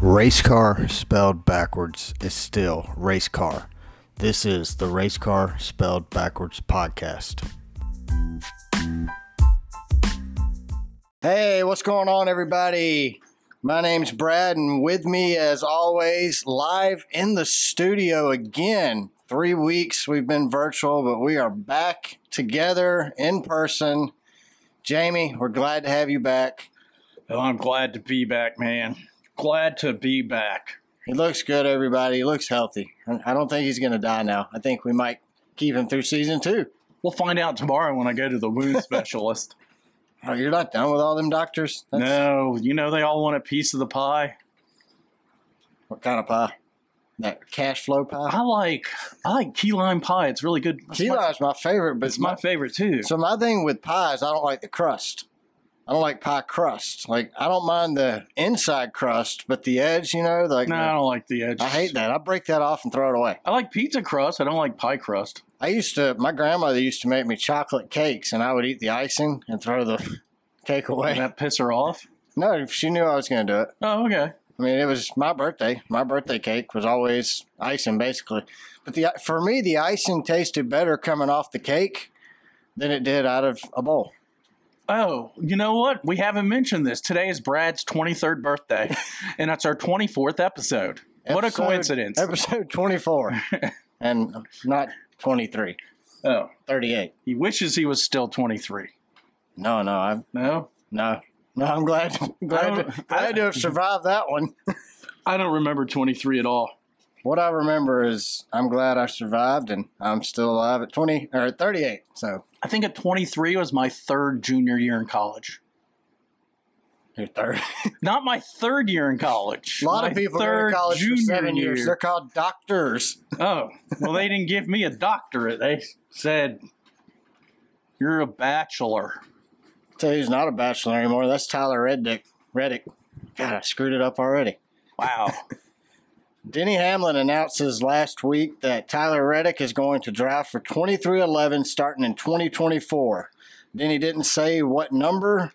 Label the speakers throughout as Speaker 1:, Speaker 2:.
Speaker 1: Race car spelled backwards is still race car. This is the Race Car Spelled Backwards podcast. Hey, what's going on, everybody? My name's Brad, and with me, as always, live in the studio again. Three weeks we've been virtual, but we are back together in person. Jamie, we're glad to have you back.
Speaker 2: Well, I'm glad to be back, man. Glad to be back.
Speaker 1: He looks good, everybody. He looks healthy. I- I don't think he's going to die now. I think we might keep him through season two.
Speaker 2: We'll find out tomorrow when I go to the wound specialist.
Speaker 1: Oh, you're not done with all them doctors?
Speaker 2: no, you know they all want a piece of the pie.
Speaker 1: What kind of pie? That cash flow pie?
Speaker 2: I like I like key lime pie. It's really good. It's
Speaker 1: Key
Speaker 2: Uh-huh. my-
Speaker 1: lime's my favorite, but
Speaker 2: it's my favorite too.
Speaker 1: So my thing with pie is I don't like the crust. I don't like pie crust. Like I don't mind the inside crust, but the edge, you know, like
Speaker 2: no, I don't like the edge.
Speaker 1: I hate that. I break that off and throw it away.
Speaker 2: I like pizza crust. I don't like pie crust.
Speaker 1: I used to my grandmother used to make me chocolate cakes and I would eat the icing and throw the cake
Speaker 2: Did
Speaker 1: away.
Speaker 2: that piss her off?
Speaker 1: No, she knew I was gonna do it.
Speaker 2: Oh, okay.
Speaker 1: I mean, it was my birthday. My birthday cake was always icing, basically. But the for me, the icing tasted better coming off the cake than it did out of a bowl.
Speaker 2: Oh, you know what? We haven't mentioned this. Today is Brad's 23rd birthday, and that's our 24th episode. what a
Speaker 1: Episode-
Speaker 2: coincidence.
Speaker 1: Episode 24, and not 23,
Speaker 2: oh,
Speaker 1: 38.
Speaker 2: he wishes he was still 23.
Speaker 1: No, no, I'm
Speaker 2: No?
Speaker 1: no, no. I'm glad, glad, to,
Speaker 2: don't-
Speaker 1: glad to have survived that one.
Speaker 2: I don't remember 23 at all.
Speaker 1: What I remember is I'm glad I survived, and I'm still alive at 20 or 38. So
Speaker 2: I think at 23 was my third junior year in college.
Speaker 1: you're third.
Speaker 2: Not my third year in college.
Speaker 1: A lot
Speaker 2: my
Speaker 1: of people are in college for seven years. They're called doctors.
Speaker 2: Oh, well, they didn't give me a doctorate. They said, You're a bachelor.
Speaker 1: Tell you who's not a bachelor anymore. That's Tyler Reddick. Reddick. God, I screwed it up already.
Speaker 2: Wow.
Speaker 1: Denny Hamlin announces last week that Tyler Reddick is going to drive for 2311 starting in 2024. Denny didn't say what number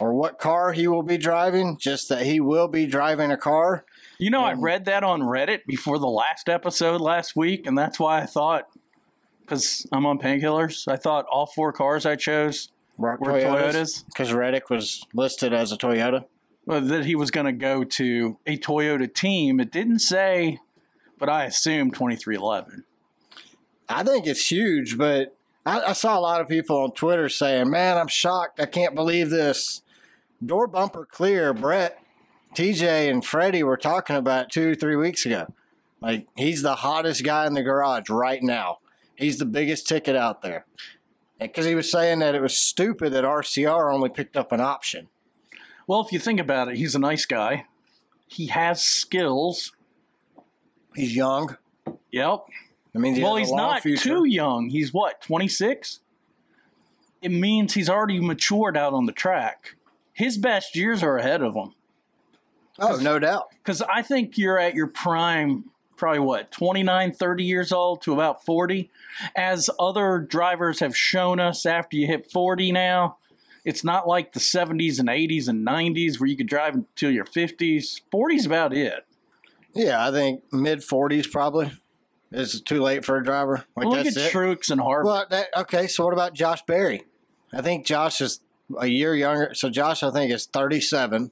Speaker 1: or what car he will be driving, just that he will be driving a car.
Speaker 2: You know, I
Speaker 1: Um,
Speaker 2: read that on Reddit before the last episode last week, and that's why I thought, because I'm on painkillers, I thought all four cars I chose were Toyotas.
Speaker 1: Because Reddick was listed as a Toyota.
Speaker 2: well, that he was going to go to a Toyota team. It didn't say, but I assume 2311.
Speaker 1: I think it's huge, but I, I saw a lot of people on Twitter saying, "Man, I'm shocked. I can't believe this." Door bumper clear. Brett, TJ, and Freddie were talking about it two, three weeks ago. Like he's the hottest guy in the garage right now. He's the biggest ticket out there. Because he was saying that it was stupid that RCR only picked up an option.
Speaker 2: Well, if you think about it, he's a nice guy. He has skills.
Speaker 1: He's young.
Speaker 2: Yep.
Speaker 1: I mean,
Speaker 2: well, he's not too young. He's what, 26? It means he's already matured out on the track. His best years are ahead of him.
Speaker 1: Oh, no doubt.
Speaker 2: Because I think you're at your prime, probably what, 29, 30 years old to about 40. As other drivers have shown us after you hit 40 now, it's not like the 70s and 80s and 90s where you could drive until your 50s. 40's about it.
Speaker 1: Yeah, I think mid 40s probably is too late for a driver. Like
Speaker 2: Look at
Speaker 1: that's it.
Speaker 2: Truex and Harvick.
Speaker 1: Well, that, okay. So what about Josh Berry? I think Josh is a year younger. So Josh, I think, is 37,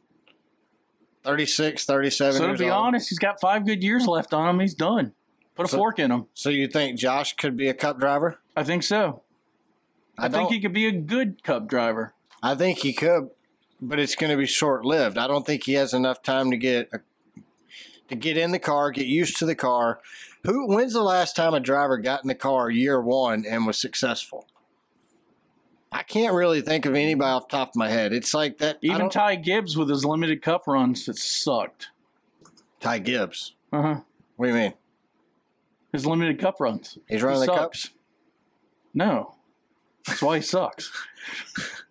Speaker 1: 36, 37
Speaker 2: so to
Speaker 1: years
Speaker 2: be
Speaker 1: old.
Speaker 2: honest, he's got five good years left on him. He's done. Put a
Speaker 1: So-
Speaker 2: fork in him.
Speaker 1: So you think Josh could be a cup driver?
Speaker 2: I think so. I,
Speaker 1: don't,
Speaker 2: think he could be a good Cub driver.
Speaker 1: I think he could, but it's going to be short lived. I don't think he has enough time to get a, to get in the car, get used to the car. Who? When's the last time a driver got in the car year one and was successful? I can't really think of anybody off the top of my head. It's like that. I
Speaker 2: Even
Speaker 1: don't-
Speaker 2: Ty Gibbs with his limited cup runs, it sucked.
Speaker 1: Ty Gibbs.
Speaker 2: Uh huh.
Speaker 1: What do you mean?
Speaker 2: His limited cup runs.
Speaker 1: He's running
Speaker 2: He
Speaker 1: the
Speaker 2: sucks.
Speaker 1: cups.
Speaker 2: No. That's why he sucks.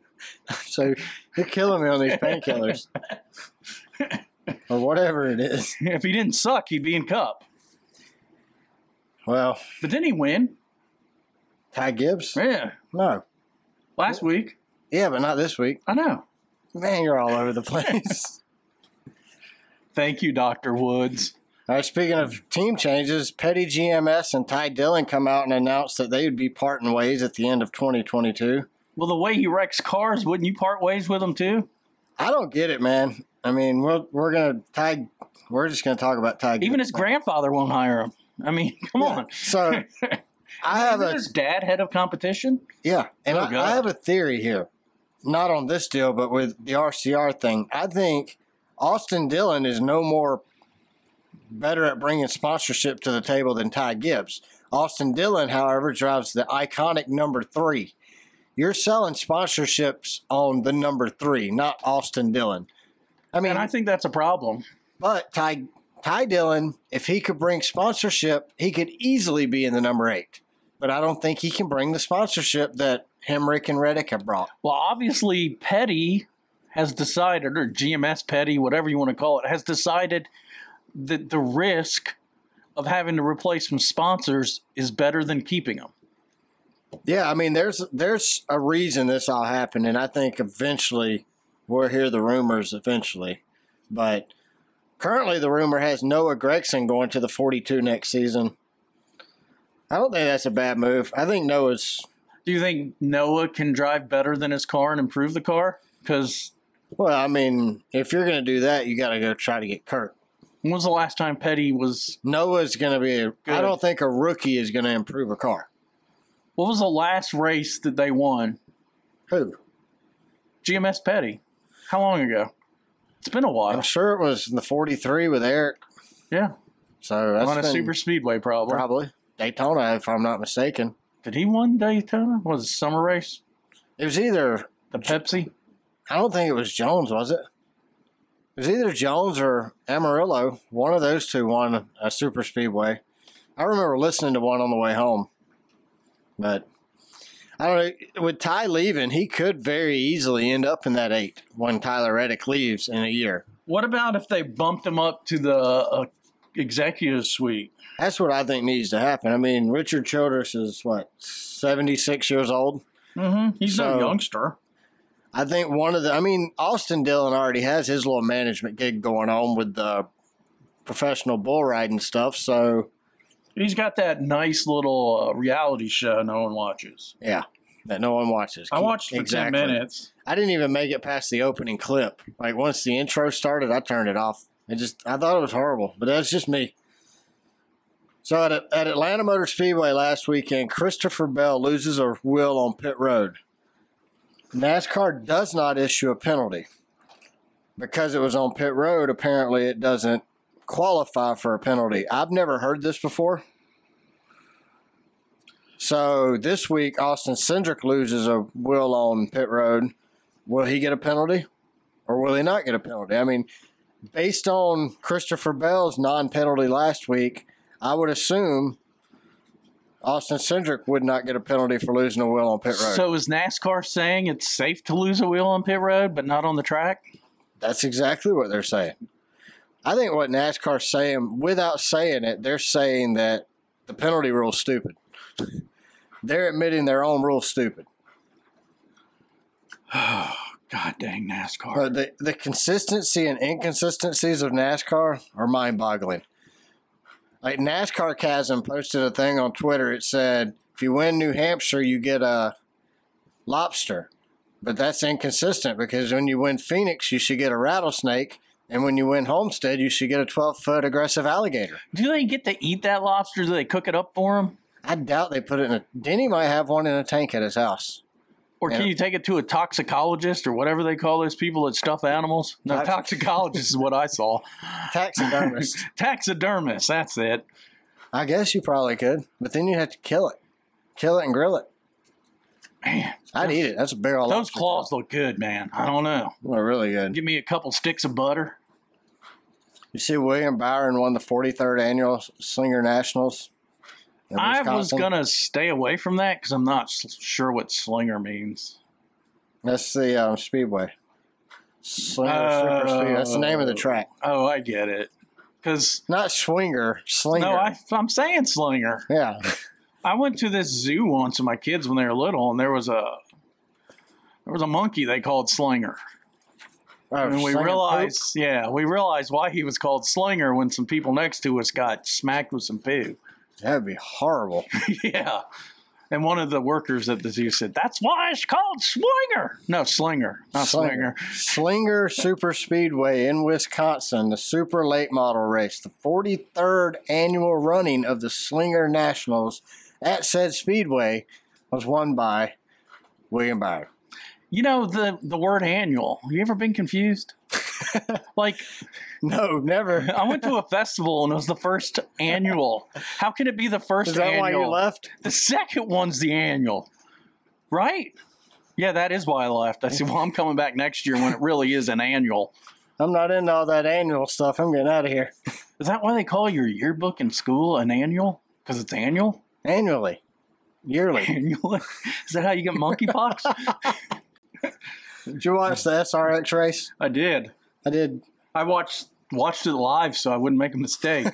Speaker 1: So you're killing me on these painkillers. or whatever it is.
Speaker 2: if he didn't suck, he'd be in cup.
Speaker 1: Well,
Speaker 2: But didn't he win?
Speaker 1: Ty Gibbs?
Speaker 2: Yeah.
Speaker 1: No.
Speaker 2: Last week.
Speaker 1: Yeah, but not this week.
Speaker 2: I know.
Speaker 1: Man, you're all over the place.
Speaker 2: Thank you, Dr. Woods.
Speaker 1: All right, speaking of team changes, Petty GMS and Ty Dillon come out and announced that they would be parting ways at the end of 2022.
Speaker 2: Well, the way he wrecks cars, wouldn't you part ways with him too?
Speaker 1: I don't get it, man. I mean, we're we're gonna Ty. We're just gonna talk about Ty.
Speaker 2: Even his grandfather won't hire him. I mean, come on.
Speaker 1: So I have
Speaker 2: Isn't
Speaker 1: a
Speaker 2: his dad head of competition?
Speaker 1: yeah, and
Speaker 2: Oh,
Speaker 1: I,
Speaker 2: God.
Speaker 1: I have a theory here, not on this deal, but with the RCR thing. I think Austin Dillon is no more better at bringing sponsorship to the table than Ty Gibbs. Austin Dillon, however, drives the iconic number three. You're selling sponsorships on the number three, not Austin Dillon. I mean,
Speaker 2: And I think that's a problem.
Speaker 1: But Ty Ty Dillon, if he could bring sponsorship, he could easily be in the number eight. But I don't think he can bring the sponsorship that Hemrick and Reddick have brought.
Speaker 2: Well, obviously, Petty has decided, or GMS Petty, whatever you want to call it, has decided that the risk of having to replace some sponsors is better than keeping them.
Speaker 1: Yeah, I mean, there's there's a reason this all happened, and I think eventually we'll hear the rumors eventually. But currently, the rumor has Noah Gregson going to the 42 next season. I don't think that's a bad move. I think Noah's
Speaker 2: Do you think Noah can drive better than his car and improve the car? Because
Speaker 1: well. I mean, if you're going to do that, you got to go try to get Kurt.
Speaker 2: when was the last time Petty was
Speaker 1: Noah's going to be. A, I
Speaker 2: Good.
Speaker 1: don't think a rookie is going to improve a car.
Speaker 2: What was the last race that they won?
Speaker 1: Who?
Speaker 2: GMS Petty. How long ago? It's been a
Speaker 1: I'm
Speaker 2: while.
Speaker 1: sure it was in the 43 with Eric.
Speaker 2: Yeah,
Speaker 1: So that's
Speaker 2: on a
Speaker 1: been
Speaker 2: super speedway problem.
Speaker 1: probably Daytona, if I'm not mistaken.
Speaker 2: Did he win Daytona? Was it summer race?
Speaker 1: It was either.
Speaker 2: The Pepsi?
Speaker 1: I don't think it was Jones, was it? It was either Jones or Amarillo. One of those two won a super speedway. I remember listening to one on the way home, but I don't know. With Ty leaving, he could very easily end up in that eight when Tyler Reddick leaves in a year.
Speaker 2: What about if they bumped him up to the uh, executive suite?
Speaker 1: That's what I think needs to happen. I mean, Richard Childress is what seventy six years old.
Speaker 2: Mm-hmm. He's
Speaker 1: So-
Speaker 2: no youngster.
Speaker 1: I think one of the. I mean, Austin Dillon already has his little management gig going on with the professional bull riding stuff. So
Speaker 2: He's got that nice little uh, reality show no one watches.
Speaker 1: yeah, that no one watches.
Speaker 2: I watched for
Speaker 1: Exactly.
Speaker 2: 10 minutes.
Speaker 1: I didn't even make it past the opening clip. Like once the intro started, I turned it off. It just I thought it was horrible, but that's just me. So at, at Atlanta Motor Speedway last weekend, Christopher Bell loses a wheel on pit road. NASCAR does not issue a penalty because it was on pit road. Apparently, it doesn't qualify for a penalty. I've never heard this before. So this week, Austin Cindric loses a wheel on pit road will he get a penalty or will he not get a penalty? I mean, based on Christopher Bell's non penalty last week, I would assume Austin Cindric would not get a penalty for losing a wheel on pit road.
Speaker 2: So is NASCAR saying it's safe to lose a wheel on pit road, but not on the track?
Speaker 1: That's exactly what they're saying. I think what NASCAR's saying, without saying it, they're saying that the penalty rule's stupid. they're admitting their own rule's stupid.
Speaker 2: Oh, God dang NASCAR.
Speaker 1: But the, the consistency and inconsistencies of NASCAR are mind boggling. Like NASCAR Chasm posted a thing on Twitter. It said, if you win New Hampshire, you get a lobster. But that's inconsistent because when you win Phoenix, you should get a rattlesnake. And when you win Homestead, you should get a 12 foot aggressive alligator.
Speaker 2: Do they get to eat that lobster? Do they cook it up for them?
Speaker 1: I doubt they put it in a. Denny might have one in a tank at his house.
Speaker 2: Or can
Speaker 1: Yeah.
Speaker 2: you take it to a toxicologist or whatever they call those people that stuff animals? No,
Speaker 1: Toxic-
Speaker 2: toxicologist is what I saw.
Speaker 1: Taxidermist.
Speaker 2: Taxidermist, that's it.
Speaker 1: I guess you probably could, but then you'd have to kill it. Kill it and grill it.
Speaker 2: Man,
Speaker 1: I'd eat it. That's a big old
Speaker 2: those
Speaker 1: lobster.
Speaker 2: claws look good, man. I don't know.
Speaker 1: Well, really good.
Speaker 2: Give me a couple sticks of butter.
Speaker 1: You see, William Byron won the 43rd annual Slinger Nationals. in
Speaker 2: I was
Speaker 1: Wisconsin.
Speaker 2: going to stay away from that because I'm not s- sure what slinger means.
Speaker 1: That's the um, Speedway. Slinger Super Speedway. That's the name of the track.
Speaker 2: Oh, I get it. Because,
Speaker 1: Not Swinger, Slinger.
Speaker 2: no, I, I'm saying slinger.
Speaker 1: yeah.
Speaker 2: I went to this zoo once with my kids when they were little, and there was a there was a monkey they called Slinger.
Speaker 1: Or
Speaker 2: and we
Speaker 1: singing Oh, poop.
Speaker 2: realized, yeah, we realized why he was called Slinger when some people next to us got smacked with some poo.
Speaker 1: that'd be horrible.
Speaker 2: yeah. And one of the workers at the zoo said, That's why it's called Slinger. No, Slinger, not Slinger.
Speaker 1: Slinger Super Speedway in Wisconsin, the super late model race, the 43rd annual running of the Slinger Nationals at said speedway was won by William Byron.
Speaker 2: You know the the word annual. You ever been confused? like
Speaker 1: No, never.
Speaker 2: I went to a festival and it was the first annual. How can it be the first
Speaker 1: Is that
Speaker 2: annual?
Speaker 1: why you left?
Speaker 2: The second one's the annual, right? Yeah, that is why I left. I said, well, I'm coming back next year when it really is an annual.
Speaker 1: I'm not into all that annual stuff. I'm getting out of here.
Speaker 2: Is that why they call your yearbook in school an annual? Because it's annual?
Speaker 1: Annually, yearly.
Speaker 2: Annual? Is that how you get monkeypox?
Speaker 1: Did you watch the SRX race?
Speaker 2: I did.
Speaker 1: I did.
Speaker 2: I watched watched it live so I wouldn't make a mistake.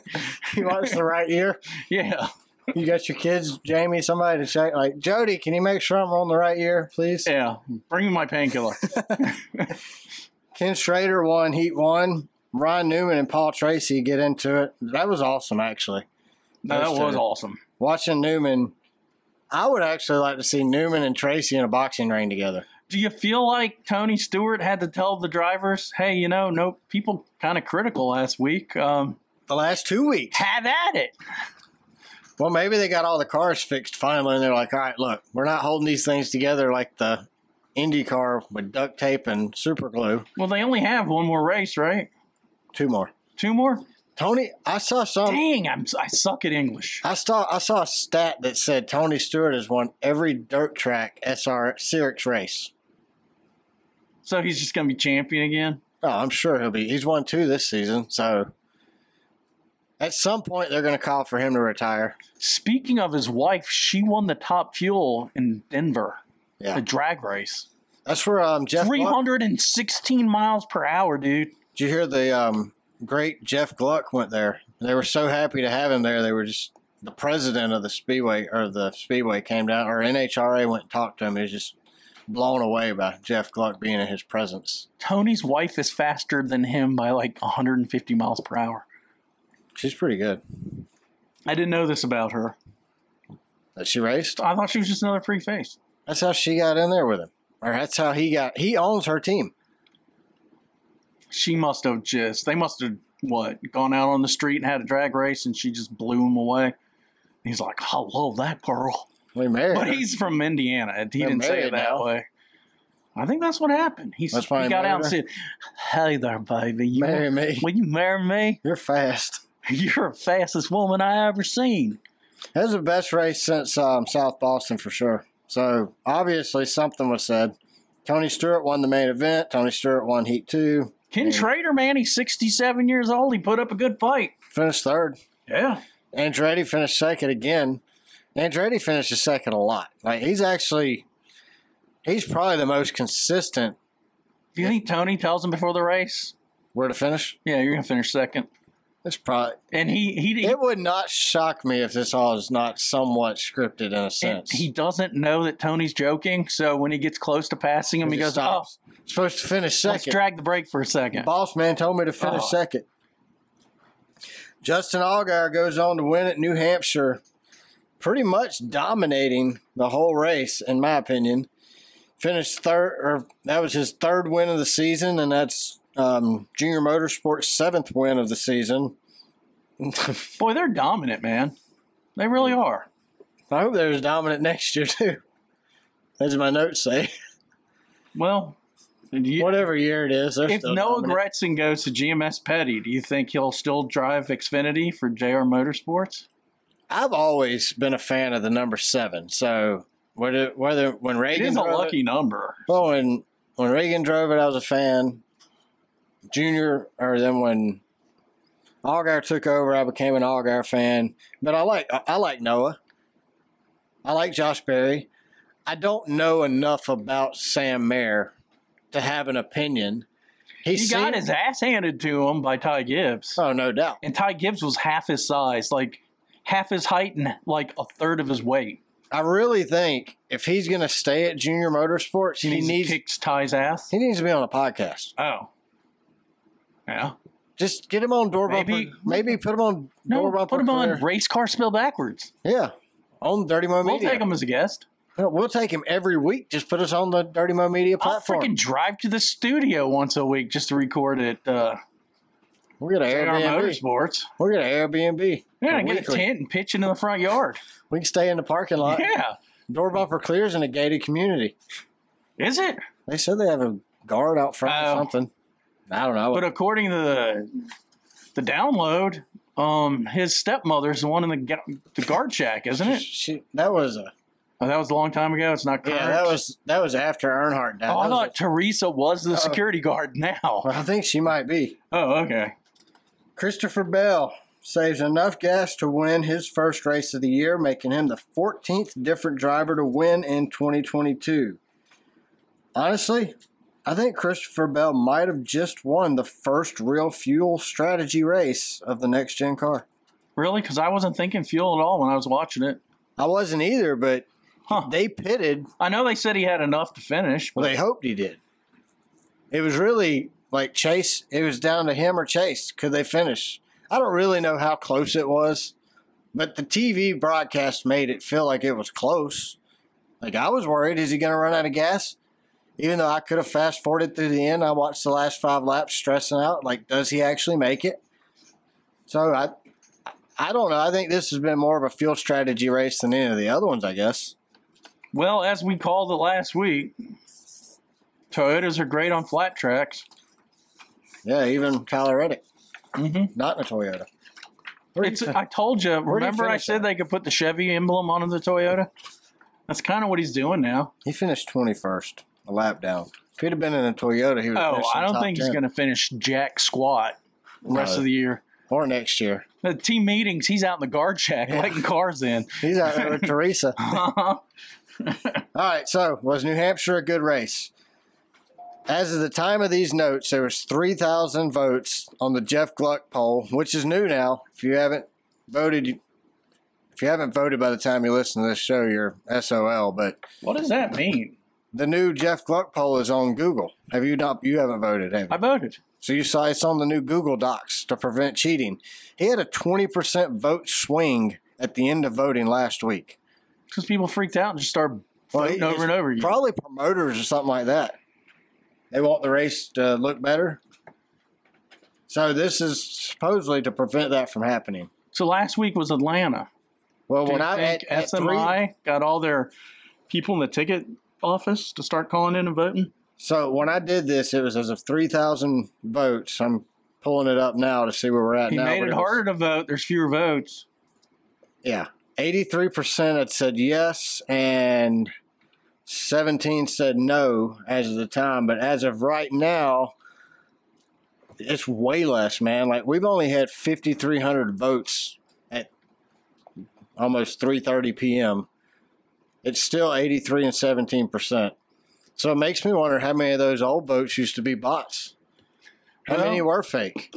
Speaker 1: You watched the right year?
Speaker 2: yeah.
Speaker 1: You got your kids, Jamie, somebody to check. Like, Jody, can you make sure I'm on the right year, please?
Speaker 2: Yeah. Bring me my painkiller.
Speaker 1: Ken Schrader won Heat One. Ryan Newman and Paul Tracy get into it. That was awesome, actually.
Speaker 2: No, that
Speaker 1: Those
Speaker 2: was
Speaker 1: two.
Speaker 2: awesome.
Speaker 1: Watching Newman, I would actually like to see Newman and Tracy in a boxing ring together.
Speaker 2: Do you feel like Tony Stewart had to tell the drivers, hey, you know, no people kind of critical last week. Um,
Speaker 1: The last two weeks.
Speaker 2: have at it.
Speaker 1: Well, maybe they got all the cars fixed finally, and they're like, all right, look, we're not holding these things together like the IndyCar with duct tape and super glue.
Speaker 2: Well, they only have one more race, right?
Speaker 1: Two more.
Speaker 2: Two more?
Speaker 1: Tony, I saw some.
Speaker 2: Dang, I'm, I suck at English.
Speaker 1: I saw I saw a stat that said Tony Stewart has won every dirt track SR Syrix race.
Speaker 2: So he's just going to be champion again?
Speaker 1: Oh, I'm sure he'll be. He's won two this season, so at some point they're going to call for him to retire.
Speaker 2: Speaking of his wife, she won the top fuel in Denver,
Speaker 1: Yeah.
Speaker 2: the drag race.
Speaker 1: That's where um, Jeff. Gluck,
Speaker 2: 316 miles per hour, dude.
Speaker 1: did you hear the um, great Jeff Gluck went there? They were so happy to have him there. They were just the president of the speedway or the speedway came down or NHRA went and talked to him. He was just blown away by Jeff Gluck being in his presence.
Speaker 2: Tony's wife is faster than him by like 150 miles per hour.
Speaker 1: She's pretty good.
Speaker 2: I didn't know this about her.
Speaker 1: That she raced.
Speaker 2: I thought she was just another free face.
Speaker 1: That's how she got in there with him, or that's how he got. He owns her team.
Speaker 2: She must have just, they must have, what, gone out on the street and had a drag race and she just blew him away. He's like, I love that girl.
Speaker 1: We married.
Speaker 2: But
Speaker 1: her.
Speaker 2: he's from Indiana. and He
Speaker 1: They're
Speaker 2: didn't say it
Speaker 1: married
Speaker 2: that
Speaker 1: now.
Speaker 2: way. I think that's what happened. He,
Speaker 1: That's
Speaker 2: he
Speaker 1: why he
Speaker 2: got out and said,
Speaker 1: married
Speaker 2: Hey there, baby. You
Speaker 1: marry me.
Speaker 2: Will you marry me?
Speaker 1: You're fast.
Speaker 2: You're the fastest woman I ever seen.
Speaker 1: That was the best race since um, South Boston for sure. So obviously something was said. Tony Stewart won the main event. Tony Stewart won Heat Two.
Speaker 2: Ken
Speaker 1: Yeah.
Speaker 2: Schrader, man, he's 67 years old. He put up a good fight.
Speaker 1: Finished third.
Speaker 2: Yeah.
Speaker 1: Andretti finished second again. Andretti finishes second a lot. Like he's actually, he's probably the most consistent.
Speaker 2: Do you think Tony tells him before the race?
Speaker 1: Where to finish?
Speaker 2: Yeah, you're going to finish second.
Speaker 1: It's probably.
Speaker 2: And he he, he,
Speaker 1: It would not shock me if this all is not somewhat scripted in a
Speaker 2: and
Speaker 1: sense.
Speaker 2: he doesn't know that Tony's joking. So when he gets close to passing him, he goes,
Speaker 1: stops. Supposed to finish
Speaker 2: oh, let's
Speaker 1: second.
Speaker 2: drag the brake for a second.
Speaker 1: Boss man told me to finish
Speaker 2: Oh.
Speaker 1: second. Justin Allgaier goes on to win at New Hampshire, pretty much dominating the whole race, in my opinion. Finished third, or that was his third win of the season, and that's um, Junior Motorsports' seventh win of the season. I
Speaker 2: Boy, they're dominant, man. They really are.
Speaker 1: hope they're as dominant next year too. As my notes say,
Speaker 2: Well, do you-
Speaker 1: whatever year it is, they're
Speaker 2: if
Speaker 1: still
Speaker 2: Noah
Speaker 1: dominant.
Speaker 2: Gretzen goes to GMS Petty, do you think he'll still drive Xfinity for JR Motorsports?
Speaker 1: I've always been a fan of the number seven. So whether whether when
Speaker 2: It
Speaker 1: Reagan
Speaker 2: is a
Speaker 1: drove
Speaker 2: lucky number.
Speaker 1: it, well when when Reagan drove it, I was a fan. Junior, or then when Algar took over, I became an Algar fan. But I like I I like Noah. I like Josh Berry. I don't know enough about Sam Mayer to have an opinion. He
Speaker 2: He got
Speaker 1: seemed-
Speaker 2: his ass handed to him by Ty Gibbs.
Speaker 1: Oh, no doubt.
Speaker 2: And Ty Gibbs was half his size, like half his height and like a third of his weight.
Speaker 1: I really think if he's going to stay at Junior Motorsports,
Speaker 2: And
Speaker 1: he needs
Speaker 2: kicks Ty's ass.
Speaker 1: he needs to be on a podcast.
Speaker 2: Oh. Yeah.
Speaker 1: Just get him on door
Speaker 2: Maybe-
Speaker 1: bumper. Maybe put him on
Speaker 2: No,
Speaker 1: door bumper.
Speaker 2: put them on
Speaker 1: clear.
Speaker 2: race car spell backwards.
Speaker 1: Yeah, on Dirty Mo
Speaker 2: We'll
Speaker 1: Media.
Speaker 2: take them as a guest.
Speaker 1: No, we'll take him every week. Just put us on the Dirty Mo Media
Speaker 2: I'll
Speaker 1: platform.
Speaker 2: freaking drive to the studio once a week just to record at uh,
Speaker 1: We're gonna
Speaker 2: JR
Speaker 1: Airbnb.
Speaker 2: Motorsports.
Speaker 1: We're gonna Airbnb.
Speaker 2: Yeah, get
Speaker 1: Weekly.
Speaker 2: a tent and pitch into the front yard.
Speaker 1: We can stay in the parking lot.
Speaker 2: yeah.
Speaker 1: Door bumper clears in a gated community.
Speaker 2: Is it?
Speaker 1: They said they have a guard out front
Speaker 2: Oh.
Speaker 1: or something. I don't know.
Speaker 2: But uh, according to the the download, um, his stepmother's the one in the ga- the guard shack, isn't it?
Speaker 1: She- that was a
Speaker 2: Oh, that was a long time ago. It's not current.
Speaker 1: yeah. That was that was after Earnhardt died.
Speaker 2: Oh, I
Speaker 1: That was
Speaker 2: thought Teresa was the
Speaker 1: Oh.
Speaker 2: security guard
Speaker 1: a-
Speaker 2: now.
Speaker 1: I think she might be.
Speaker 2: Oh, okay.
Speaker 1: Christopher Bell saves enough gas to win his first race of the year, making him the 14th different driver to win in 2022. Honestly, I think Christopher Bell might have just won the first real fuel strategy race of the next gen car.
Speaker 2: Really? Because I wasn't thinking fuel at all when I was watching it.
Speaker 1: I wasn't either, but
Speaker 2: Huh.
Speaker 1: they pitted.
Speaker 2: I know they said he had enough to finish, but
Speaker 1: Well, they hoped he did. It was really like Chase. It was down to him or Chase. Could they finish? I don't really know how close it was, but the TV broadcast made it feel like it was close. Like I was worried, is he going to run out of gas? Even though I could have fast forwarded through the end, I watched the last five laps, stressing out. Like, does he actually make it? So I, I don't know. I think this has been more of a field strategy race than any of the other ones. I guess.
Speaker 2: well, as we called it last week, Toyotas are great on flat tracks.
Speaker 1: Yeah, even Tyler Reddick.
Speaker 2: Mm-hmm.
Speaker 1: Not in a Toyota. Where
Speaker 2: It's.
Speaker 1: you-
Speaker 2: I told you.
Speaker 1: where do you
Speaker 2: Remember, I
Speaker 1: finish
Speaker 2: said
Speaker 1: at?
Speaker 2: they could put the Chevy emblem onto the Toyota. That's kind of what he's doing now.
Speaker 1: he finished 21st, a lap down. If he'd have been in a Toyota, he would have
Speaker 2: Oh,
Speaker 1: finished in the
Speaker 2: I don't
Speaker 1: top
Speaker 2: think he's
Speaker 1: 10.
Speaker 2: going to finish jack squat the rest
Speaker 1: No.
Speaker 2: of the year.
Speaker 1: Or next year.
Speaker 2: The team meetings, he's out in the guard shack
Speaker 1: Yeah.
Speaker 2: lighting cars in.
Speaker 1: He's out there with Teresa. All right, so was New Hampshire a good race? As of the time of these notes, there was 3,000 votes on the Jeff Gluck poll, which is new now. If you haven't voted, you- if you haven't voted by the time you listen to this show, you're SOL. But
Speaker 2: what does that mean?
Speaker 1: the new Jeff Gluck poll is on Google. Have you not? You haven't voted, have you?
Speaker 2: I voted.
Speaker 1: So you saw it's on the new Google Docs to prevent cheating. He had a 20% vote swing at the end of voting last week.
Speaker 2: Because people freaked out and just started
Speaker 1: Well,
Speaker 2: voting
Speaker 1: he-
Speaker 2: over and over again.
Speaker 1: Probably promoters or something like that. They want the race to look better. So this is supposedly to prevent that from happening.
Speaker 2: so last week was Atlanta.
Speaker 1: Well,
Speaker 2: Do
Speaker 1: when
Speaker 2: you
Speaker 1: I
Speaker 2: think
Speaker 1: at, at three,
Speaker 2: SMI got all their people in the ticket office to start calling in and voting?
Speaker 1: so when I did this, it was as of three thousand votes. I'm pulling it up now to see where we're at
Speaker 2: He
Speaker 1: now.
Speaker 2: made
Speaker 1: Uh, but
Speaker 2: it
Speaker 1: was-
Speaker 2: harder to vote. There's fewer votes.
Speaker 1: Yeah. 83% had said yes and 17 said no as of the time. But as of right now, it's way less, man. Like we've only had 5,300 votes at almost 3:30 p.m. It's still 83 and 17%. So it makes me wonder how many of those old votes used to be bots. How
Speaker 2: Well-
Speaker 1: many were fake?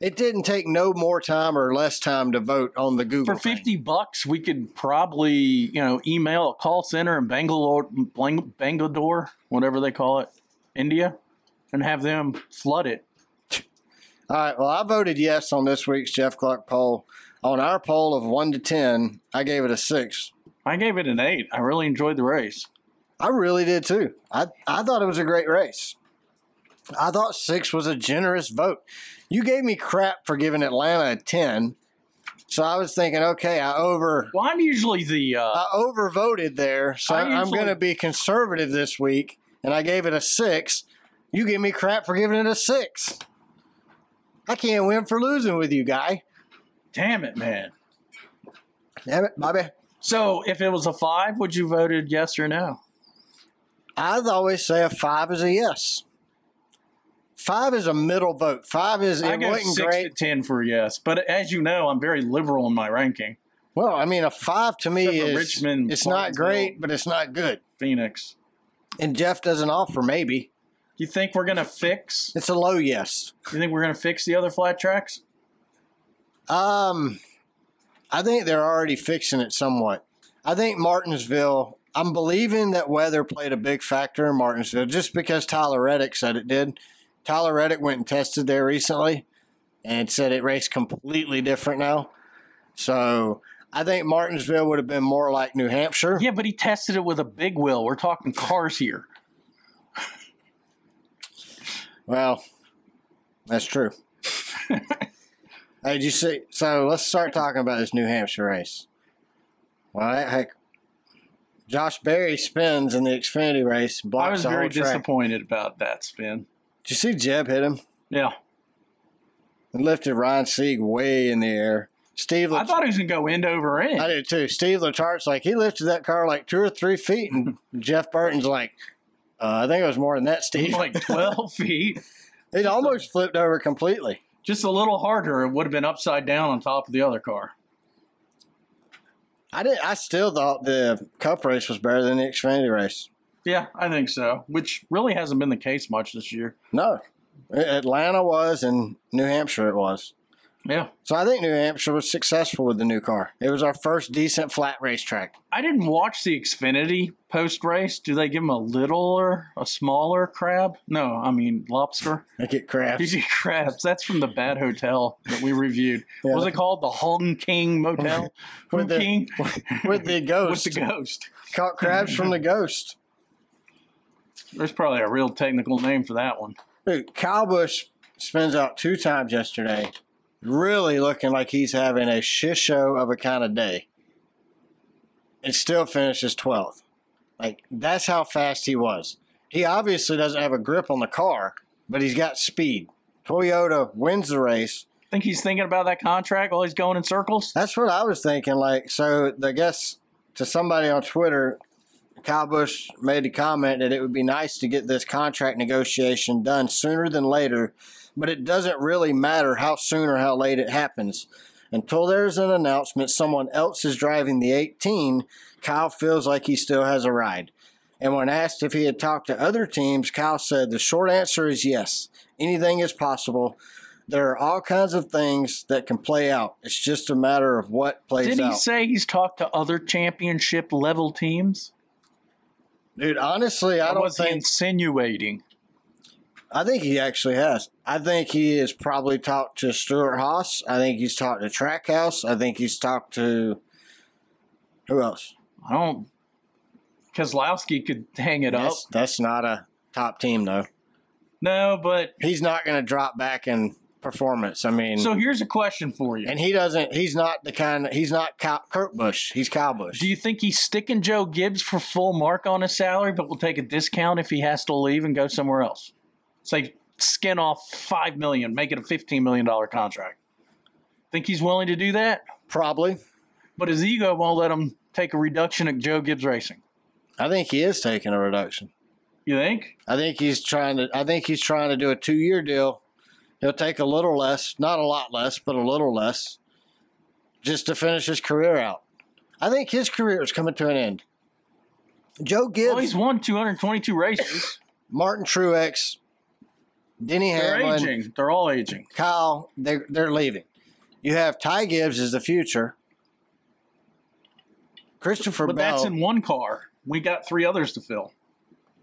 Speaker 1: It didn't take no more time or less time to vote on the Google
Speaker 2: For
Speaker 1: thing.
Speaker 2: 50 bucks, we could probably, you know, email a call center in Bangalore, Bang- Bangalore, whatever they call it, India, and have them flood it.
Speaker 1: All right. Well, I voted yes on this week's Jeff Clark poll. On our poll of one to ten, I gave it a six.
Speaker 2: I gave it an eight. I really enjoyed the race.
Speaker 1: I really did too. I, I thought it was a great race. I thought six was a generous vote. You gave me crap for giving Atlanta a ten, so I was thinking, okay, I over
Speaker 2: Well, I'm usually the uh,
Speaker 1: I overvoted there, so
Speaker 2: I
Speaker 1: I'm
Speaker 2: usually-
Speaker 1: going to be conservative this week, and I gave it a six. You give me crap for giving it a six. I can't win for losing with you, guy.
Speaker 2: damn it man.
Speaker 1: Damn it, Bobby.
Speaker 2: So if it was a five, would you voted yes or no?
Speaker 1: I'd always say a five is a yes. Five is a middle vote. Five is
Speaker 2: I
Speaker 1: it
Speaker 2: go
Speaker 1: wasn't
Speaker 2: six
Speaker 1: great.
Speaker 2: to ten for yes, but as you know, I'm very liberal in my ranking.
Speaker 1: well, I mean, a five to me
Speaker 2: Except for
Speaker 1: is
Speaker 2: Richmond,
Speaker 1: It's not
Speaker 2: Martinsville.
Speaker 1: great, but it's not good.
Speaker 2: Phoenix,
Speaker 1: And Jeff doesn't offer. Maybe
Speaker 2: you think we're gonna fix?
Speaker 1: it's a low yes.
Speaker 2: You think we're gonna fix the other flat tracks?
Speaker 1: Um, I think they're already fixing it somewhat. I think Martinsville. I'm believing that weather played a big factor in Martinsville, just because Tyler Reddick said it did, Tyler Reddick went and tested there recently and said it raced completely different now. So I think Martinsville would have been more like New Hampshire.
Speaker 2: Yeah, but he tested it with a big wheel. We're talking cars here.
Speaker 1: Well, that's true. hey, did you see? So let's start talking about this New Hampshire race. Well, that heck, Josh Berry spins in the Xfinity race. Blocks
Speaker 2: I was
Speaker 1: the whole
Speaker 2: very
Speaker 1: track.
Speaker 2: disappointed about that spin.
Speaker 1: Did you see Jeb hit him
Speaker 2: Yeah.
Speaker 1: and lifted Ryan Sieg way in the air? Steve,
Speaker 2: I thought he was going to go end over
Speaker 1: I
Speaker 2: end.
Speaker 1: did too. Steve Letart's like he lifted that car like two or three feet, and Jeff Burton's like, uh, I think it was more than that. Steve,
Speaker 2: Like 12 feet.
Speaker 1: it almost flipped over completely.
Speaker 2: Just a little harder. It would have been upside down on top of the other car.
Speaker 1: I did. I still thought the Cup race was better than the Xfinity race.
Speaker 2: Yeah, I think so, which really hasn't been the case much this year.
Speaker 1: No, A- Atlanta was, and New Hampshire it was.
Speaker 2: Yeah.
Speaker 1: So I think New Hampshire was successful with the new car. It was our first decent flat racetrack.
Speaker 2: I didn't watch the Xfinity post race. Do they give him a littler, a smaller crab? No, I mean lobster.
Speaker 1: I get crabs.
Speaker 2: Easy crabs. That's from the bad hotel that we reviewed. What was
Speaker 1: Yeah.
Speaker 2: it called? The Hong King Motel?
Speaker 1: With the
Speaker 2: Hong King?
Speaker 1: with the
Speaker 2: With
Speaker 1: ghost.
Speaker 2: the ghost.
Speaker 1: Caught crabs from the ghost.
Speaker 2: There's probably a real technical name for that one.
Speaker 1: Dude, Kyle Busch spins out two times yesterday, really looking like he's having a shit show of a kind of day. And still finishes 12th. Like, that's how fast he was. He obviously doesn't have a grip on the car, but he's got speed. Toyota wins the race.
Speaker 2: Think he's thinking about that contract while he's going in circles?
Speaker 1: That's what I was thinking. Like, so I guess to somebody on Twitter, Kyle Busch made a comment that it would be nice to get this contract negotiation done sooner than later, but it doesn't really matter how soon or how late it happens. Until there's an announcement someone else is driving the 18, Kyle feels like he still has a ride. And when asked if he had talked to other teams, Kyle said the short answer is yes. Anything is possible. There are all kinds of things that can play out. It's just a matter of what plays
Speaker 2: Did
Speaker 1: out.
Speaker 2: he say he's talked to other championship level teams?
Speaker 1: Dude, honestly, I
Speaker 2: Or
Speaker 1: don't
Speaker 2: was he
Speaker 1: think
Speaker 2: insinuating?
Speaker 1: I think he actually has. I think he has probably talked to Stuart Haas. I think he's talked to Trackhouse. I think he's talked to who else?
Speaker 2: I don't. Kozlowski could hang it up.
Speaker 1: That's, that's not a top team though.
Speaker 2: No, but
Speaker 1: He's not going to drop back in performance. I mean,
Speaker 2: so here's a question for you.
Speaker 1: and he doesn't. He's not the kind. Of, he's not Kyle, Kurt Busch. He's Kyle Busch.
Speaker 2: Do you think he's sticking Joe Gibbs for full mark on his salary, but will take a discount if he has to leave and go somewhere else? It's like skin off five million, make it a fifteen million dollar contract. Think he's willing to do that?
Speaker 1: probably.
Speaker 2: But his ego won't let him take a reduction at Joe Gibbs Racing.
Speaker 1: I think he is taking a reduction.
Speaker 2: You think?
Speaker 1: I think he's trying to. I think he's trying to do a two-year deal. He'll take a little less, not a lot less, but a little less, just to finish his career out. I think his career is coming to an end. Joe
Speaker 2: Well, he's
Speaker 1: Gibbs,
Speaker 2: won two hundred twenty-two races.
Speaker 1: Martin Truex, Denny
Speaker 2: They're
Speaker 1: Hamlin,
Speaker 2: aging. They're all aging.
Speaker 1: Kyle, they're they're leaving. You have Ty Gibbs as the future. Christopher
Speaker 2: But
Speaker 1: Bell.
Speaker 2: that's in one car. We got three others to fill.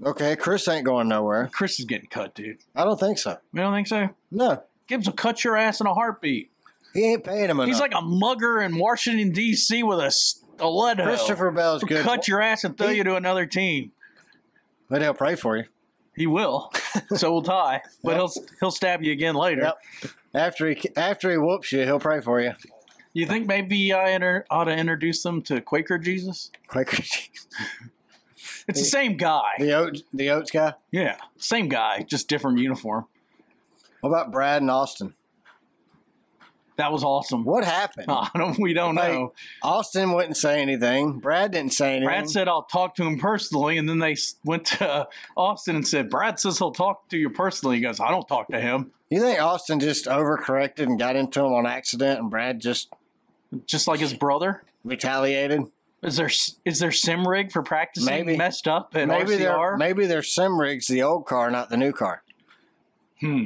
Speaker 1: okay, Chris ain't going nowhere.
Speaker 2: Chris is getting cut, dude.
Speaker 1: I don't think so.
Speaker 2: You don't think so?
Speaker 1: No,
Speaker 2: Gibbs will cut your ass in a heartbeat.
Speaker 1: he ain't paying him enough.
Speaker 2: He's like a mugger in Washington D.C. with a stiletto.
Speaker 1: Christopher Bell's
Speaker 2: He'll
Speaker 1: good.
Speaker 2: cut your ass and throw
Speaker 1: He-
Speaker 2: you to another team.
Speaker 1: But he'll pray for you.
Speaker 2: He will. so will Ty. But
Speaker 1: Yep.
Speaker 2: he'll he'll stab you again later.
Speaker 1: Yep. After he after he whoops you, he'll pray for you.
Speaker 2: You think maybe I inter- ought to introduce them to Quaker Jesus?
Speaker 1: Quaker,
Speaker 2: It's the same guy.
Speaker 1: the oats, the oats guy.
Speaker 2: Yeah, same guy, just different uniform.
Speaker 1: What about Brad and Austin?
Speaker 2: That was awesome.
Speaker 1: What happened?
Speaker 2: I don't, we don't
Speaker 1: Like,
Speaker 2: know.
Speaker 1: Austin wouldn't say anything. Brad didn't say anything.
Speaker 2: Brad said I'll talk to him personally, and then they s- went to Austin and said Brad says he'll talk to you personally. He goes, I don't talk to him.
Speaker 1: you think Austin just overcorrected and got into him on accident, and Brad just
Speaker 2: Just like his brother.
Speaker 1: retaliated?
Speaker 2: Is there is there sim rig for practicing
Speaker 1: Maybe.
Speaker 2: messed up and
Speaker 1: maybe they're
Speaker 2: RCR?
Speaker 1: maybe they're sim rigs, the old car, not the new car.
Speaker 2: Hmm.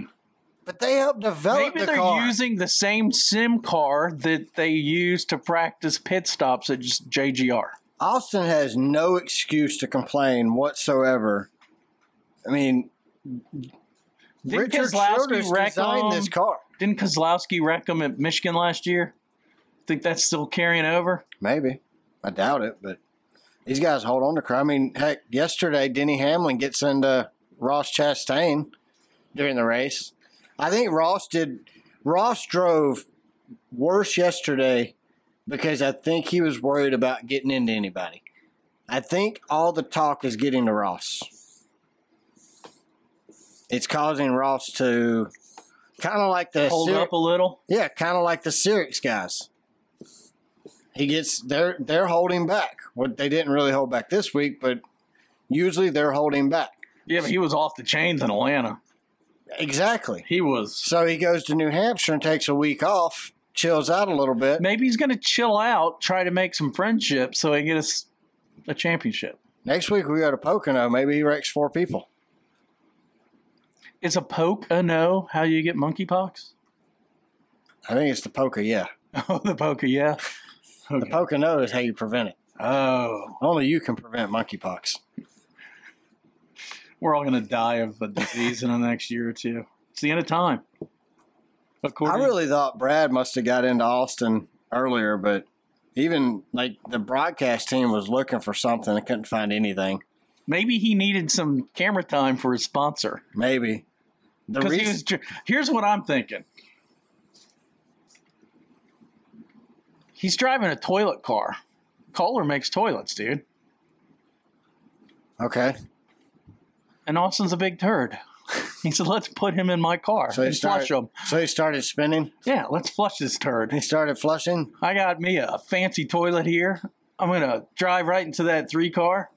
Speaker 1: But they helped develop
Speaker 2: Maybe
Speaker 1: the
Speaker 2: they're
Speaker 1: car.
Speaker 2: using the same sim car that they use to practice pit stops at just JGR.
Speaker 1: Austin has no excuse to complain whatsoever. I mean,
Speaker 2: Didn't
Speaker 1: Richard
Speaker 2: Keselowski
Speaker 1: Schroeder's
Speaker 2: wreck
Speaker 1: designed
Speaker 2: him?
Speaker 1: this car.
Speaker 2: Didn't Kozlowski wreck him at Michigan last year? Think that's still carrying over?
Speaker 1: Maybe. I doubt it, but these guys hold on to crap. I mean, heck, yesterday Denny Hamlin gets into Ross Chastain during the race. I think Ross did Ross drove worse yesterday because I think he was worried about getting into anybody. I think all the talk is getting to Ross. It's causing Ross to kind of like the
Speaker 2: Hold
Speaker 1: Sil-
Speaker 2: up a little.
Speaker 1: yeah, kind of like the Syrix guys. He gets they're they're holding back. What they didn't really hold back this week, but usually they're holding back.
Speaker 2: Yeah, but he was off the chains in Atlanta.
Speaker 1: Exactly.
Speaker 2: He was.
Speaker 1: So he goes to New Hampshire and takes a week off, chills out a little bit.
Speaker 2: Maybe he's going to chill out, try to make some friendships so he gets a championship.
Speaker 1: Next week we go to Pocono. Maybe he wrecks four people.
Speaker 2: Is a poke a no? How you get monkeypox?
Speaker 1: I think it's the Poca, yeah.
Speaker 2: Oh, the poke, yeah.
Speaker 1: The
Speaker 2: Okay.
Speaker 1: Pocono is how you prevent it.
Speaker 2: oh,
Speaker 1: Only you can prevent monkeypox.
Speaker 2: we're all going to die of a disease in the next year or two. It's the end of time.
Speaker 1: I
Speaker 2: According,
Speaker 1: really thought Brad must have got into Austin earlier, but even like the broadcast team was looking for something and couldn't find anything.
Speaker 2: maybe he needed some camera time for his sponsor.
Speaker 1: Maybe. The
Speaker 2: Because he
Speaker 1: reason,
Speaker 2: was. dr- Here's what I'm thinking. He's driving a toilet car. Kohler makes toilets, dude.
Speaker 1: okay,
Speaker 2: And Austin's a big turd. He said, "Let's put him in my car
Speaker 1: So he
Speaker 2: and flush
Speaker 1: started-
Speaker 2: him."
Speaker 1: so he started spinning.
Speaker 2: Yeah, let's flush this turd.
Speaker 1: He started flushing.
Speaker 2: I got me a fancy toilet here. I'm gonna drive right into that three car,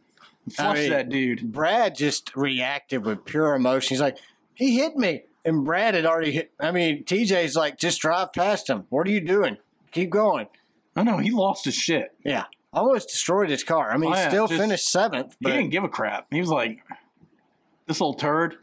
Speaker 2: and
Speaker 1: I
Speaker 2: flush
Speaker 1: mean-
Speaker 2: that dude.
Speaker 1: Brad just reacted with pure emotion. He's like, "He hit me," and Brad had already hit. I mean, TJ's like, "Just drive past him. What are you doing? Keep going."
Speaker 2: I know he lost his shit.
Speaker 1: Yeah, almost destroyed his car. I mean,
Speaker 2: Oh,
Speaker 1: he
Speaker 2: yeah,
Speaker 1: still
Speaker 2: just-
Speaker 1: finished seventh,
Speaker 2: He
Speaker 1: but
Speaker 2: didn't give a crap. He was like, "This little turd."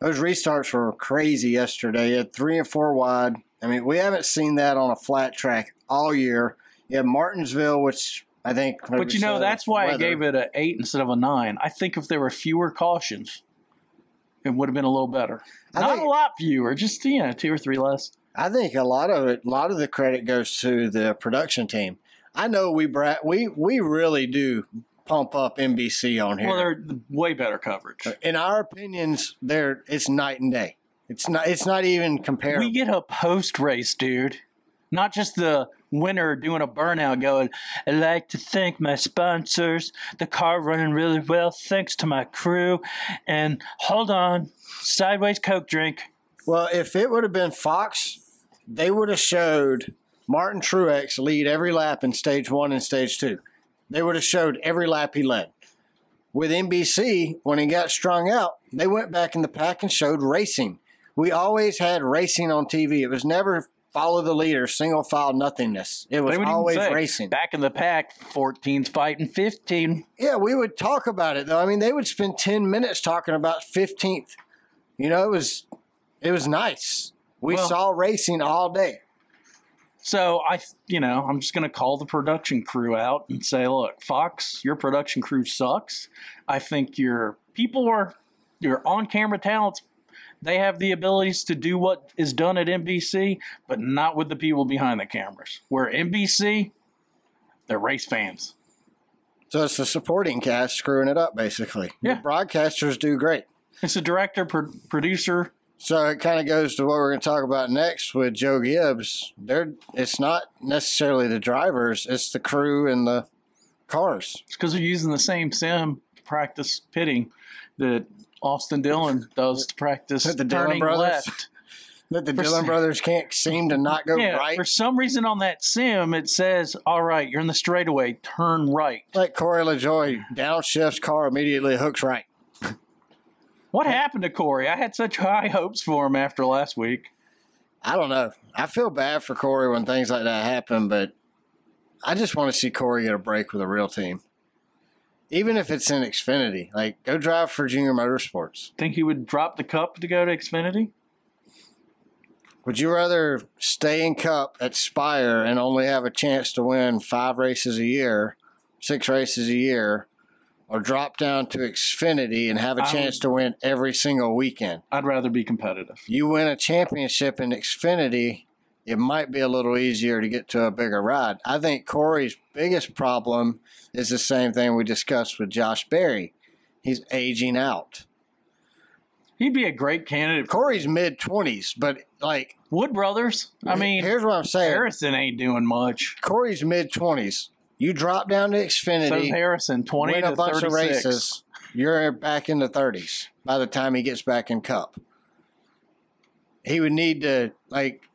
Speaker 1: those restarts were crazy yesterday. He had three and four wide. I mean, we haven't seen that on a flat track all year. Yeah, Martinsville, which I think.
Speaker 2: But you know, that's why I gave it a eight instead of a nine. I think if there were fewer cautions, it would have been a little better.
Speaker 1: I
Speaker 2: Not
Speaker 1: think-
Speaker 2: a lot fewer, just you know, two or three less.
Speaker 1: I think a lot of it, a lot of the credit goes to the production team. I know we bra- we we really do pump up NBC on here.
Speaker 2: Well, they're way better coverage.
Speaker 1: In our opinions, they're it's night and day. It's not it's not even
Speaker 2: We
Speaker 1: comparable.
Speaker 2: get a post race, dude. Not just the winner doing a burnout going, I'd like to thank my sponsors, the car running really well, thanks to my crew, and hold on, sideways Coke drink.
Speaker 1: well, if it would have been Fox, they would have showed Martin Truex lead every lap in stage 1 and stage 2. They would have showed every lap he led. With NBC, when he got strung out, they went back in the pack and showed racing. We always had racing on TV. It was never follow the leader, single file nothingness. It was
Speaker 2: They would even
Speaker 1: always
Speaker 2: say,
Speaker 1: racing.
Speaker 2: Back in the pack, 14's fighting 15.
Speaker 1: Yeah, we would talk about it though. I mean, they would spend 10 minutes talking about 15th. You know, it was it was nice. We
Speaker 2: Well-
Speaker 1: saw racing all day.
Speaker 2: So I, you know, I'm just going to call the production crew out and say, look, Fox, your production crew sucks. I think your people are, your on-camera talents, they have the abilities to do what is done at NBC, but not with the people behind the cameras. Where NBC, they're race fans.
Speaker 1: So it's the supporting cast screwing it up basically.
Speaker 2: Yeah.
Speaker 1: The broadcasters do great.
Speaker 2: It's a director, pro- producer.
Speaker 1: So it kind of goes to what we're going to talk about next with Joe Gibbs. They're, it's not necessarily the drivers, it's the crew and the cars.
Speaker 2: It's because they're using the same sim to practice pitting that Austin Dillon does to practice
Speaker 1: The Dillon
Speaker 2: turning
Speaker 1: brothers?
Speaker 2: left.
Speaker 1: That the
Speaker 2: For
Speaker 1: Dillon
Speaker 2: s-
Speaker 1: brothers can't seem to not go
Speaker 2: yeah,
Speaker 1: right.
Speaker 2: for some reason on that sim, it says, all right, you're in the straightaway, turn right.
Speaker 1: like Corey LaJoy downshifts car immediately hooks right.
Speaker 2: What happened to Corey? I had such high hopes for him after last week.
Speaker 1: I don't know. I feel bad for Corey when things like that happen, but I just want to see Corey get a break with a real team. Even if it's in Xfinity, like go drive for Junior Motorsports.
Speaker 2: Think he would drop the cup to go to Xfinity?
Speaker 1: Would you rather stay in Cup at Spire and only have a chance to win five races a year, six races a year, or drop down to Xfinity and have a
Speaker 2: I
Speaker 1: chance to win every single weekend.
Speaker 2: I'd rather be competitive.
Speaker 1: You win a championship in Xfinity, it might be a little easier to get to a bigger ride. I think Corey's biggest problem is the same thing we discussed with Josh Berry. He's aging out.
Speaker 2: He'd be a great candidate. for
Speaker 1: Corey's mid twenties, but like
Speaker 2: Wood Brothers. I mean,
Speaker 1: here's what I'm saying.
Speaker 2: Harrison ain't doing much.
Speaker 1: Corey's mid twenties. You drop down to
Speaker 2: So
Speaker 1: Xfinity,
Speaker 2: Harrison, twenty
Speaker 1: win
Speaker 2: to
Speaker 1: a bunch of
Speaker 2: 36.
Speaker 1: races. You're back in the thirties by the time he gets back in Cup. He would need to like,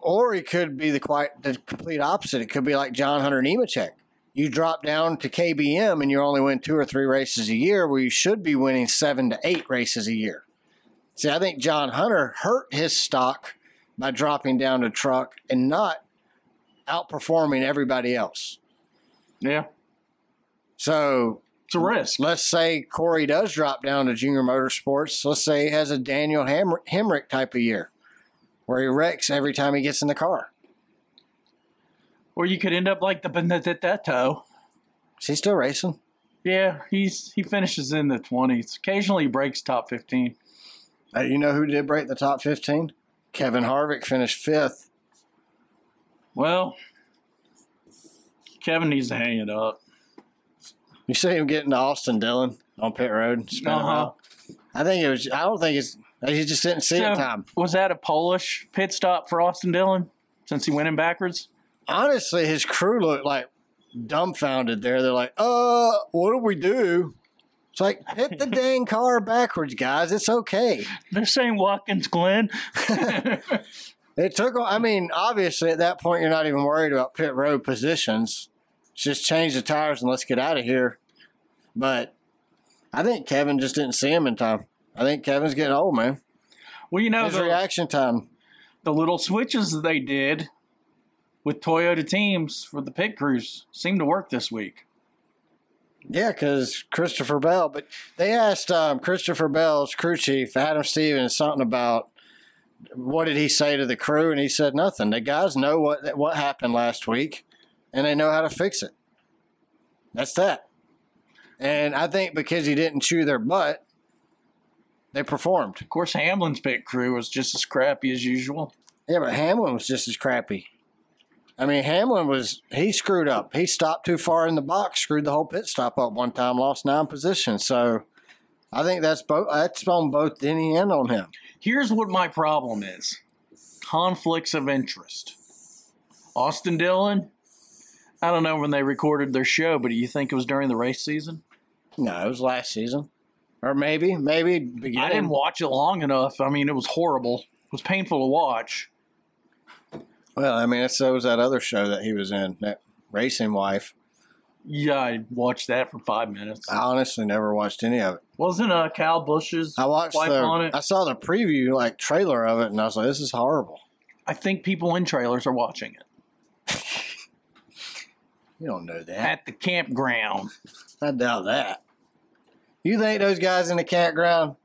Speaker 1: or he could be the quite the complete opposite. It could be like John Hunter Nemechek. You drop down to KBM and you only win two or three races a year, where you should be winning seven to eight races a year. See, I think John Hunter hurt his stock by dropping down to truck and not outperforming everybody else.
Speaker 2: Yeah,
Speaker 1: So
Speaker 2: it's a risk.
Speaker 1: let's say Corey does drop down to junior motorsports. Let's say he has a Daniel Hem- Hemrick type of year where he wrecks every time he gets in the car.
Speaker 2: Or you could end up like the Benedetto.
Speaker 1: Is he still racing?
Speaker 2: Yeah, he's he finishes in the twenties. Occasionally, he breaks top fifteen.
Speaker 1: Uh, you know who did break the top 15? Kevin Harvick finished fifth.
Speaker 2: Well, Kevin needs to hang it up.
Speaker 1: You see him getting to Austin Dillon on pit road. and spinning
Speaker 2: Uh-huh.
Speaker 1: around? I think it was, I don't think it's, he just didn't see it in
Speaker 2: So,
Speaker 1: time.
Speaker 2: Was that a Polish pit stop for Austin Dillon since he went in backwards?
Speaker 1: honestly, his crew looked like dumbfounded there. They're like, uh, what do we do? It's like, hit the dang car backwards, guys. It's okay.
Speaker 2: They're saying Watkins Glen.
Speaker 1: It took, I mean, obviously at that point, you're not even worried about pit road positions. It's just change the tires and let's get out of here. But I think Kevin just didn't see him in time. I think Kevin's getting old, man.
Speaker 2: well, you know,
Speaker 1: His
Speaker 2: the,
Speaker 1: reaction time.
Speaker 2: the little switches that they did with Toyota teams for the pit crews seemed to work this week.
Speaker 1: Yeah, because Christopher Bell. But they asked um, Christopher Bell's crew chief, Adam Stevens, something about what did he say to the crew, and he said nothing. The guys know what what happened last week, and they know how to fix it. That's that. And I think because he didn't chew their butt, they performed.
Speaker 2: Of course, Hamlin's pit crew was just as crappy as usual.
Speaker 1: Yeah, but Hamlin was just as crappy. I mean, Hamlin was he screwed up. He stopped too far in the box, screwed the whole pit stop up one time, lost nine positions. So I think that's both that's on both Denny and on him.
Speaker 2: Here's what my problem is conflicts of interest. Austin Dillon, I don't know when they recorded their show, but do you think it was during the race season?
Speaker 1: No, it was last season. Or maybe, maybe beginning.
Speaker 2: I didn't watch it long enough. I mean, it was horrible. It was painful to watch.
Speaker 1: well, I mean, so was that other show that he was in, that Racing Wife.
Speaker 2: Yeah, I watched that for five minutes.
Speaker 1: I honestly never watched any of it.
Speaker 2: Wasn't uh, Cal Bush's?
Speaker 1: I watched
Speaker 2: Wife
Speaker 1: the,
Speaker 2: on it.
Speaker 1: I saw the preview, like trailer of it, and I was like, this is horrible.
Speaker 2: I think people in trailers are watching it
Speaker 1: You don't know that.
Speaker 2: at the campground.
Speaker 1: I doubt that. You think those guys in the campground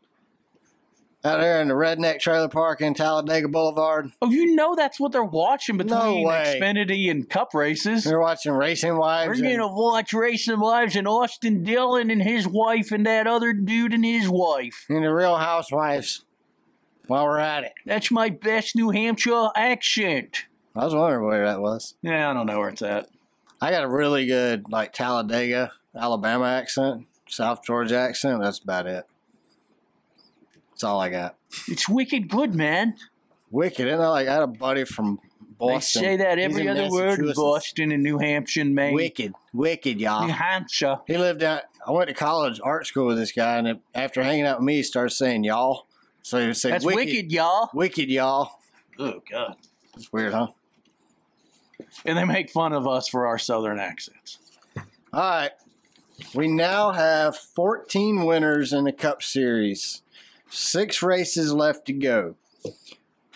Speaker 1: out there in the redneck trailer park in Talladega Boulevard,
Speaker 2: Oh, you know that's what they're watching between
Speaker 1: way.
Speaker 2: Xfinity and Cup races.
Speaker 1: they're watching Racing
Speaker 2: We're
Speaker 1: Wives? and-
Speaker 2: gonna watch Racing Wives and Austin Dillon and his wife and that other dude and his wife.
Speaker 1: and the Real Housewives while we're at it.
Speaker 2: That's my best New Hampshire accent.
Speaker 1: I was wondering where that was.
Speaker 2: Yeah, I don't know where it's at.
Speaker 1: I got a really good, like, Talladega, Alabama accent, South Georgia accent. That's about it. That's all I got.
Speaker 2: It's wicked good, man.
Speaker 1: Wicked, isn't it? Like, I had a buddy from Boston.
Speaker 2: They say that
Speaker 1: He's
Speaker 2: every
Speaker 1: in
Speaker 2: other word in
Speaker 1: Massachusetts.
Speaker 2: Boston and New Hampshire and Maine.
Speaker 1: Wicked. Wicked, y'all.
Speaker 2: New Hampshire.
Speaker 1: He lived out. I went to college art school with this guy, and after hanging out with me, he started saying y'all. So he would say
Speaker 2: That's
Speaker 1: wicked,
Speaker 2: wicked,
Speaker 1: wicked,
Speaker 2: y'all.
Speaker 1: y'all.
Speaker 2: Oh god.
Speaker 1: It's weird, huh?
Speaker 2: And they make fun of us for our southern accents.
Speaker 1: All right, we now have 14 winners in the Cup Series. Six races left to go.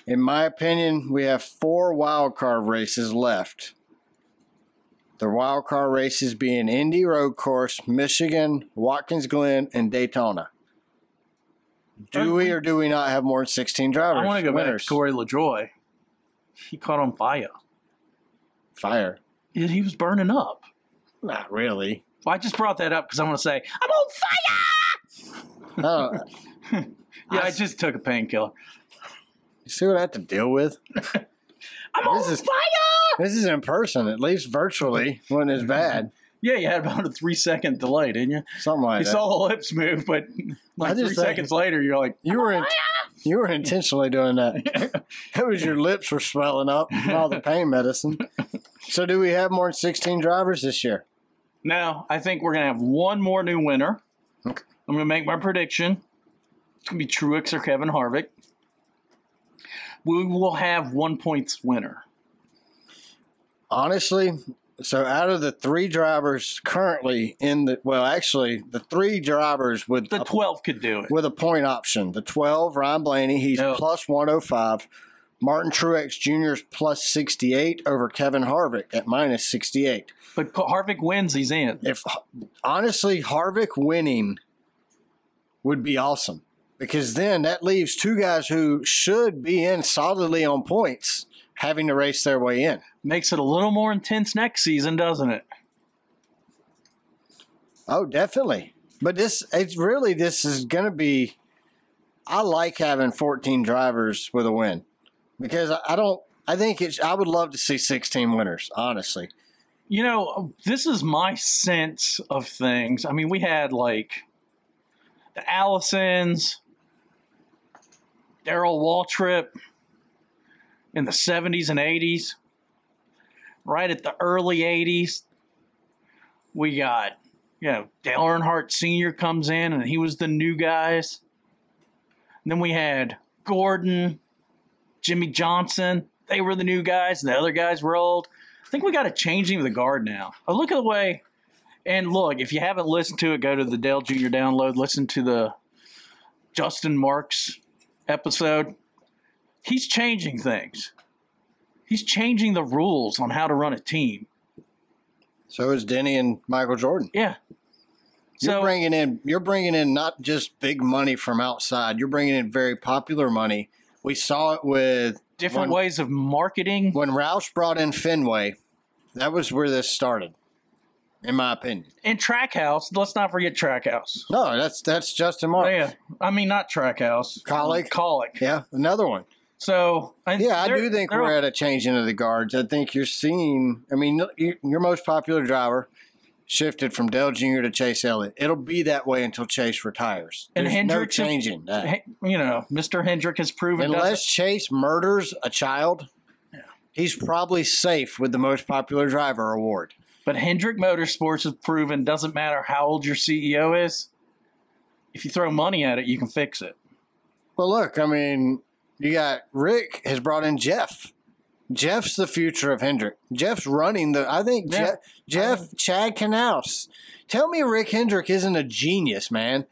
Speaker 1: In my opinion, we have four wild card races left. The wild card races being Indy Road Course, Michigan, Watkins Glen, and Daytona. Do we or do we not have more than 16 drivers?
Speaker 2: I want to go back
Speaker 1: winners.
Speaker 2: to Corey LaJoy. He caught on fire.
Speaker 1: Fire.
Speaker 2: He he was burning up.
Speaker 1: Not really.
Speaker 2: Well, I just brought that up because I want to say I'm on fire.
Speaker 1: Oh,
Speaker 2: Yeah, I just took a painkiller.
Speaker 1: you see what I have to deal with?
Speaker 2: I'm on
Speaker 1: This is-
Speaker 2: fire.
Speaker 1: This is in person. At least virtually wasn't as bad.
Speaker 2: Yeah, you had about a three second delay, didn't you?
Speaker 1: Something like
Speaker 2: You
Speaker 1: that.
Speaker 2: saw the lips move, but
Speaker 1: I
Speaker 2: like
Speaker 1: just
Speaker 2: three
Speaker 1: think-
Speaker 2: seconds later, you're like,
Speaker 1: you were in, you were intentionally doing that. it was your lips were swelling up from all the pain medicine. So do we have more than 16 drivers this year?
Speaker 2: No, I think we're gonna have one more new winner.
Speaker 1: Okay.
Speaker 2: I'm gonna make my prediction. It's gonna be Truex or Kevin Harvick. We will have one points winner.
Speaker 1: Honestly, so out of the three drivers currently in the well, actually the three drivers with
Speaker 2: The
Speaker 1: a,
Speaker 2: twelve could do it.
Speaker 1: with a point option, the twelve Ryan Blaney, he's
Speaker 2: No.
Speaker 1: plus one hundred five. Martin Truex Jr. is plus sixty eight over Kevin Harvick at minus sixty eight.
Speaker 2: But Harvick wins, he's in.
Speaker 1: If honestly Harvick winning would be awesome because then that leaves two guys who should be in solidly on points having to race their way in.
Speaker 2: Makes it a little more intense next season, doesn't it?
Speaker 1: Oh, definitely. But this, it's really, this is going to be. I like having 14 drivers with a win because I, I don't, I think it's, I would love to see 16 winners, honestly.
Speaker 2: You know, this is my sense of things. I mean, we had like the Allisons, Daryl Waltrip in the 70s and 80s. Right at the early 80s, we got, you know, Dale Earnhardt Sr. comes in and he was the new guys. And then we had Gordon, Jimmy Johnson. They were the new guys, and the other guys were old. I think we got a changing of the guard now. I look at the way, and look, if you haven't listened to it, go to the Dale Jr. download, listen to the Justin Marks episode. He's changing things, he's changing the rules on how to run a team.
Speaker 1: So is Denny and Michael Jordan.
Speaker 2: Yeah.
Speaker 1: You're
Speaker 2: So,
Speaker 1: bringing in, you're bringing in not just big money from outside, you're bringing in very popular money. We saw it with
Speaker 2: different
Speaker 1: when-
Speaker 2: ways of marketing.
Speaker 1: when Roush brought in Fenway. That was where this started, in my opinion.
Speaker 2: And Trackhouse, let's not forget Trackhouse.
Speaker 1: No, that's that's Justin Marks.
Speaker 2: Oh, Yeah. I mean, not Trackhouse.
Speaker 1: Colic.
Speaker 2: Colic.
Speaker 1: Yeah, another one.
Speaker 2: So, I,
Speaker 1: Yeah, I
Speaker 2: they're-
Speaker 1: do think
Speaker 2: they're-
Speaker 1: we're at a changing of the guards. I think you're seeing. I mean, you- your most popular driver shifted from Dell Jr. to Chase Elliott. It'll be that way until Chase retires.
Speaker 2: And
Speaker 1: There's no
Speaker 2: Hendricks-
Speaker 1: changing that
Speaker 2: Hey, you know, Mr. Hendrick has proven
Speaker 1: unless Chase murders a child. He's probably safe with the most popular driver award.
Speaker 2: doesn't- but Hendrick Motorsports has proven doesn't matter how old your CEO is. If you throw money at it, you can fix it.
Speaker 1: Well, look, I mean, you got Rick has brought in Jeff. Jeff's the future of Hendrick. Jeff's running the. I think
Speaker 2: Yeah.
Speaker 1: Jeff, Jeff Chad Knaus. Tell me Rick Hendrick isn't a genius, man.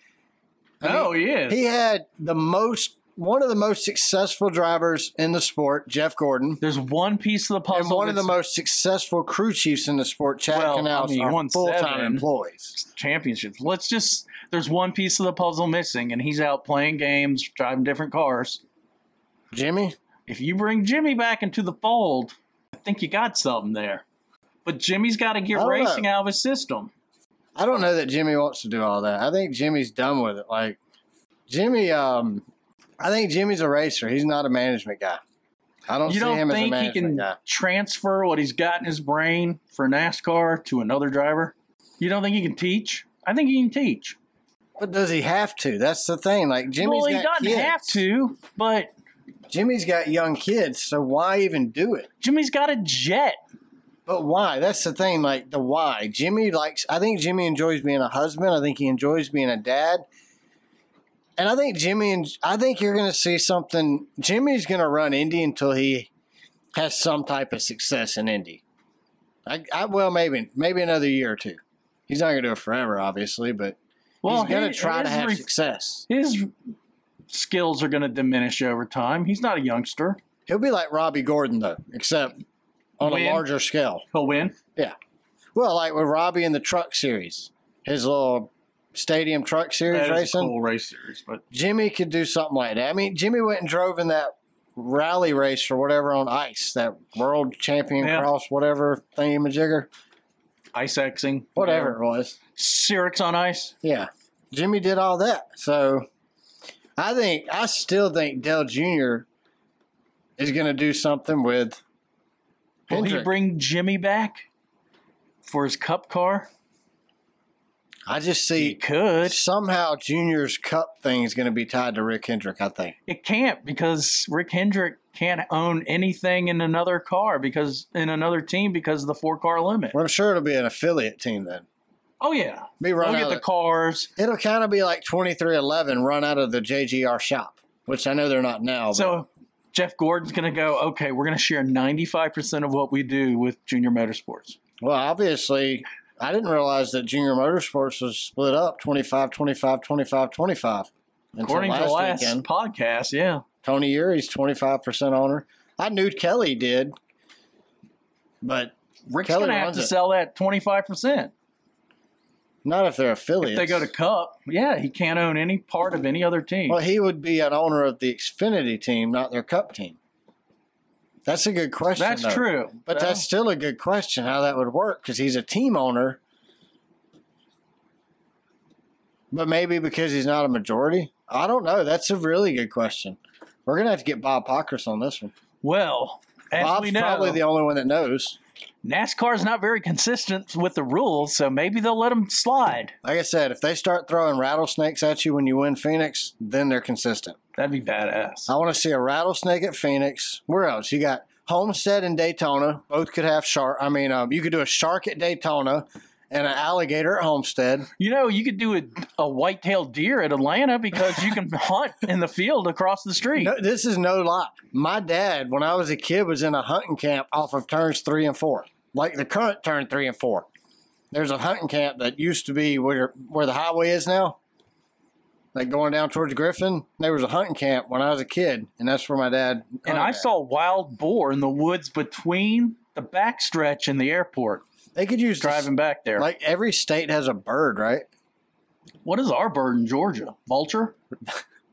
Speaker 1: I mean,
Speaker 2: oh, he is.
Speaker 1: he had the most, one of the most successful drivers in the sport, Jeff Gordon,
Speaker 2: There's one piece of the puzzle.
Speaker 1: and one of the
Speaker 2: that's
Speaker 1: most successful crew chiefs in the sport, Chad
Speaker 2: Well, I
Speaker 1: Knaus,
Speaker 2: mean, he
Speaker 1: are
Speaker 2: won
Speaker 1: full time
Speaker 2: seven.
Speaker 1: employees.
Speaker 2: championships. Let's just there's one piece of the puzzle missing, and he's out playing games, driving different cars.
Speaker 1: Jimmy,
Speaker 2: If you bring Jimmy back into the fold, I think you got something there. But Jimmy's got to
Speaker 1: I
Speaker 2: get
Speaker 1: don't
Speaker 2: racing
Speaker 1: know.
Speaker 2: out of his system.
Speaker 1: I don't know that Jimmy wants to do all that. I think Jimmy's done with it. Like Jimmy, um, I think Jimmy's a racer. He's not a management guy. I don't
Speaker 2: you
Speaker 1: see
Speaker 2: don't
Speaker 1: him as a
Speaker 2: think he
Speaker 1: management
Speaker 2: can
Speaker 1: guy.
Speaker 2: transfer what he's got in his brain for NASCAR to another driver? You don't think he can teach? I think he can teach.
Speaker 1: But does he have to? That's the thing. Like Jimmy's
Speaker 2: well, he
Speaker 1: got
Speaker 2: doesn't
Speaker 1: kids.
Speaker 2: have to, but
Speaker 1: Jimmy's got young kids, so why even do it?
Speaker 2: Jimmy's got a jet.
Speaker 1: But why? That's the thing. Like the why. Jimmy likes. I think Jimmy enjoys being a husband. I think he enjoys being a dad. And I think Jimmy and I think you're going to see something. Jimmy's going to run Indy until he has some type of success in Indy. I, I well maybe maybe another year or two. He's not going to do it forever, obviously, but
Speaker 2: Well,
Speaker 1: he's going
Speaker 2: he-
Speaker 1: to try to
Speaker 2: his
Speaker 1: have
Speaker 2: re-
Speaker 1: success.
Speaker 2: his skills are going to diminish over time. He's not a youngster.
Speaker 1: He'll be like Robbie Gordon though, except on
Speaker 2: Win.
Speaker 1: a larger scale.
Speaker 2: He'll win.
Speaker 1: Well, like with Robbie in the truck series, his little stadium truck series
Speaker 2: That is a
Speaker 1: racing.
Speaker 2: cool race series, but
Speaker 1: Jimmy could do something like that. I mean, Jimmy went and drove in that rally race or whatever on ice, that world champion
Speaker 2: Yeah.
Speaker 1: cross, whatever thingy majigger.
Speaker 2: ice axing,
Speaker 1: whatever it was.
Speaker 2: Cyrix on ice.
Speaker 1: Yeah. Jimmy did all that. So I think, I still think Dell Jr. is going to do something with
Speaker 2: Will he
Speaker 1: Hendrick.
Speaker 2: bring Jimmy back for his cup car?
Speaker 1: I just
Speaker 2: He
Speaker 1: see
Speaker 2: could.
Speaker 1: somehow Junior's Cup thing is going to be tied to Rick Hendrick, I think.
Speaker 2: It can't because Rick Hendrick can't own anything in another car because in another team because of the four car limit.
Speaker 1: Well, I'm sure it'll be an affiliate team then.
Speaker 2: Oh yeah,
Speaker 1: Be
Speaker 2: we'll
Speaker 1: run
Speaker 2: get
Speaker 1: out
Speaker 2: the
Speaker 1: of,
Speaker 2: cars.
Speaker 1: It'll kind of be like 2311 run out of the JGR shop, which I know they're not now. But
Speaker 2: So Jeff Gordon's gonna go. Okay, we're gonna share ninety five percent of what we do with Junior Motorsports.
Speaker 1: Well, obviously, I didn't realize that Junior Motorsports was split up 25, 25, 25, 25. Until
Speaker 2: According to last
Speaker 1: weekend,
Speaker 2: podcast, yeah,
Speaker 1: Tony Urey's 25% owner. I knew Kelly did, but
Speaker 2: Rick's
Speaker 1: Kelly
Speaker 2: gonna have
Speaker 1: runs
Speaker 2: to
Speaker 1: it.
Speaker 2: sell that twenty five percent.
Speaker 1: not if they're affiliates.
Speaker 2: If they go to Cup, yeah, he can't own any part of any other team.
Speaker 1: Well, he would be an owner of the Xfinity team, not their Cup team. That's a good question.
Speaker 2: That's
Speaker 1: though.
Speaker 2: true,
Speaker 1: But
Speaker 2: So,
Speaker 1: that's still a good question how that would work because he's a team owner. But maybe because he's not a majority? I don't know. That's a really good question. We're going to have to get Bob Pockers on this one.
Speaker 2: well. As
Speaker 1: Bob's
Speaker 2: we know,
Speaker 1: probably the only one that knows.
Speaker 2: NASCAR's not very consistent with the rules, so maybe they'll let them slide.
Speaker 1: Like I said, if they start throwing rattlesnakes at you when you win Phoenix, then they're consistent.
Speaker 2: That'd be badass.
Speaker 1: I want to see a rattlesnake at Phoenix. Where else? You got Homestead and Daytona. Both could have shark. I mean, um, you could do a shark at Daytona and an alligator at Homestead.
Speaker 2: You know, you could do a, a white-tailed deer at Atlanta because you can hunt in the field across the street.
Speaker 1: No, this is no lie. My dad, when I was a kid, was in a hunting camp off of turns three and four, like the current turn three and four. There's a hunting camp that used to be where where the highway is now, like going down towards Griffin. There was a hunting camp when I was a kid, and that's where my dad. Oh,
Speaker 2: and
Speaker 1: hunted
Speaker 2: I
Speaker 1: at.
Speaker 2: saw wild boar in the woods between the backstretch and the airport
Speaker 1: they could use driving.
Speaker 2: driving back there.
Speaker 1: like every state has a bird, right?
Speaker 2: what is our bird in Georgia? Vulture?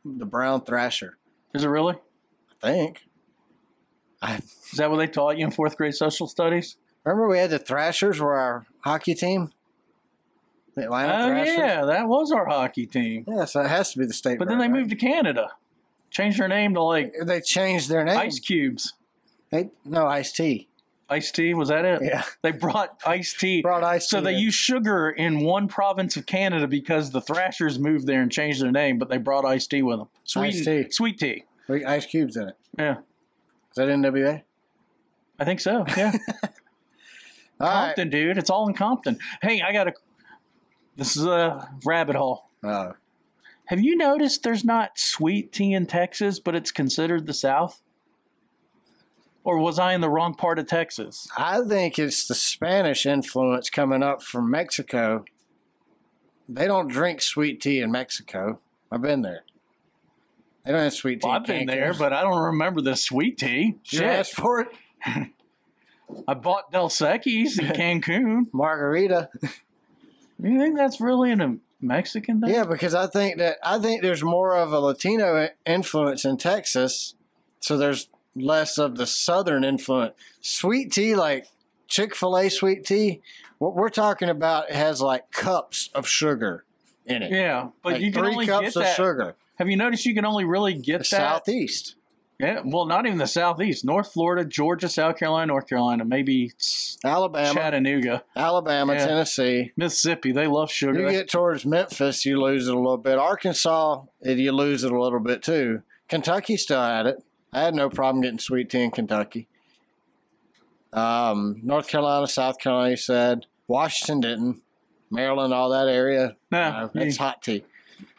Speaker 1: The brown thrasher,
Speaker 2: Is it really?
Speaker 1: I think.
Speaker 2: Is that what they taught you in fourth grade social studies?
Speaker 1: Remember we had the thrashers were our hockey team. The Atlanta
Speaker 2: Oh,
Speaker 1: thrashers.
Speaker 2: yeah, that was our hockey team.
Speaker 1: Yeah, so it has to be the state.
Speaker 2: But then they
Speaker 1: bird, right?
Speaker 2: moved to Canada, changed their name to like
Speaker 1: They changed their name.
Speaker 2: Ice Cubes.
Speaker 1: They no Ice T.
Speaker 2: Ice T, was that it?
Speaker 1: Yeah,
Speaker 2: They brought iced tea.
Speaker 1: brought Ice.
Speaker 2: So they used sugar in one province of Canada because the Thrashers moved there and changed their name, but they brought iced tea with them. Sweet
Speaker 1: Iced tea.
Speaker 2: Sweet tea.
Speaker 1: use Ice Cubes in it.
Speaker 2: Yeah,
Speaker 1: Is that NWA?
Speaker 2: I think so. Yeah,
Speaker 1: All right.
Speaker 2: Compton, dude. It's all in Compton. Hey, I got a. This is a rabbit hole.
Speaker 1: Oh,
Speaker 2: Have you noticed there's not sweet tea in Texas, but it's considered the South? Or was I in the wrong part of Texas?
Speaker 1: I think it's the Spanish influence coming up from Mexico. They don't drink sweet tea in Mexico. I've been there. They don't have sweet tea.
Speaker 2: Well,
Speaker 1: in
Speaker 2: I've been
Speaker 1: Cancun.
Speaker 2: there, but I don't remember the sweet tea.
Speaker 1: Did you
Speaker 2: Shit.
Speaker 1: ask for it.
Speaker 2: I bought Del Secchi's in Cancun.
Speaker 1: Margarita.
Speaker 2: You think that's really in a Mexican thing?
Speaker 1: Yeah, because I think that I think there's more of a Latino i- influence in Texas, so there's less of the Southern influence. Sweet tea, like Chick Fil A sweet tea, what we're talking about has like cups of sugar in it.
Speaker 2: Yeah, but
Speaker 1: like
Speaker 2: you can
Speaker 1: three
Speaker 2: only
Speaker 1: cups
Speaker 2: get
Speaker 1: of
Speaker 2: that.
Speaker 1: sugar.
Speaker 2: Have you noticed you can only really
Speaker 1: The
Speaker 2: get that?
Speaker 1: Southeast.
Speaker 2: Yeah, well, not even the southeast. North Florida, Georgia, South Carolina, North Carolina, maybe s-
Speaker 1: Alabama,
Speaker 2: Chattanooga,
Speaker 1: Alabama,
Speaker 2: Yeah.
Speaker 1: Tennessee.
Speaker 2: Mississippi. They love sugar.
Speaker 1: You get towards Memphis, you lose it a little bit. Arkansas, eh, you lose it a little bit too. Kentucky still had it. I had no problem getting sweet tea in Kentucky. Um, North Carolina, South Carolina, you said. Washington didn't. Maryland, all that area.
Speaker 2: no,
Speaker 1: No, it's
Speaker 2: you,
Speaker 1: hot tea.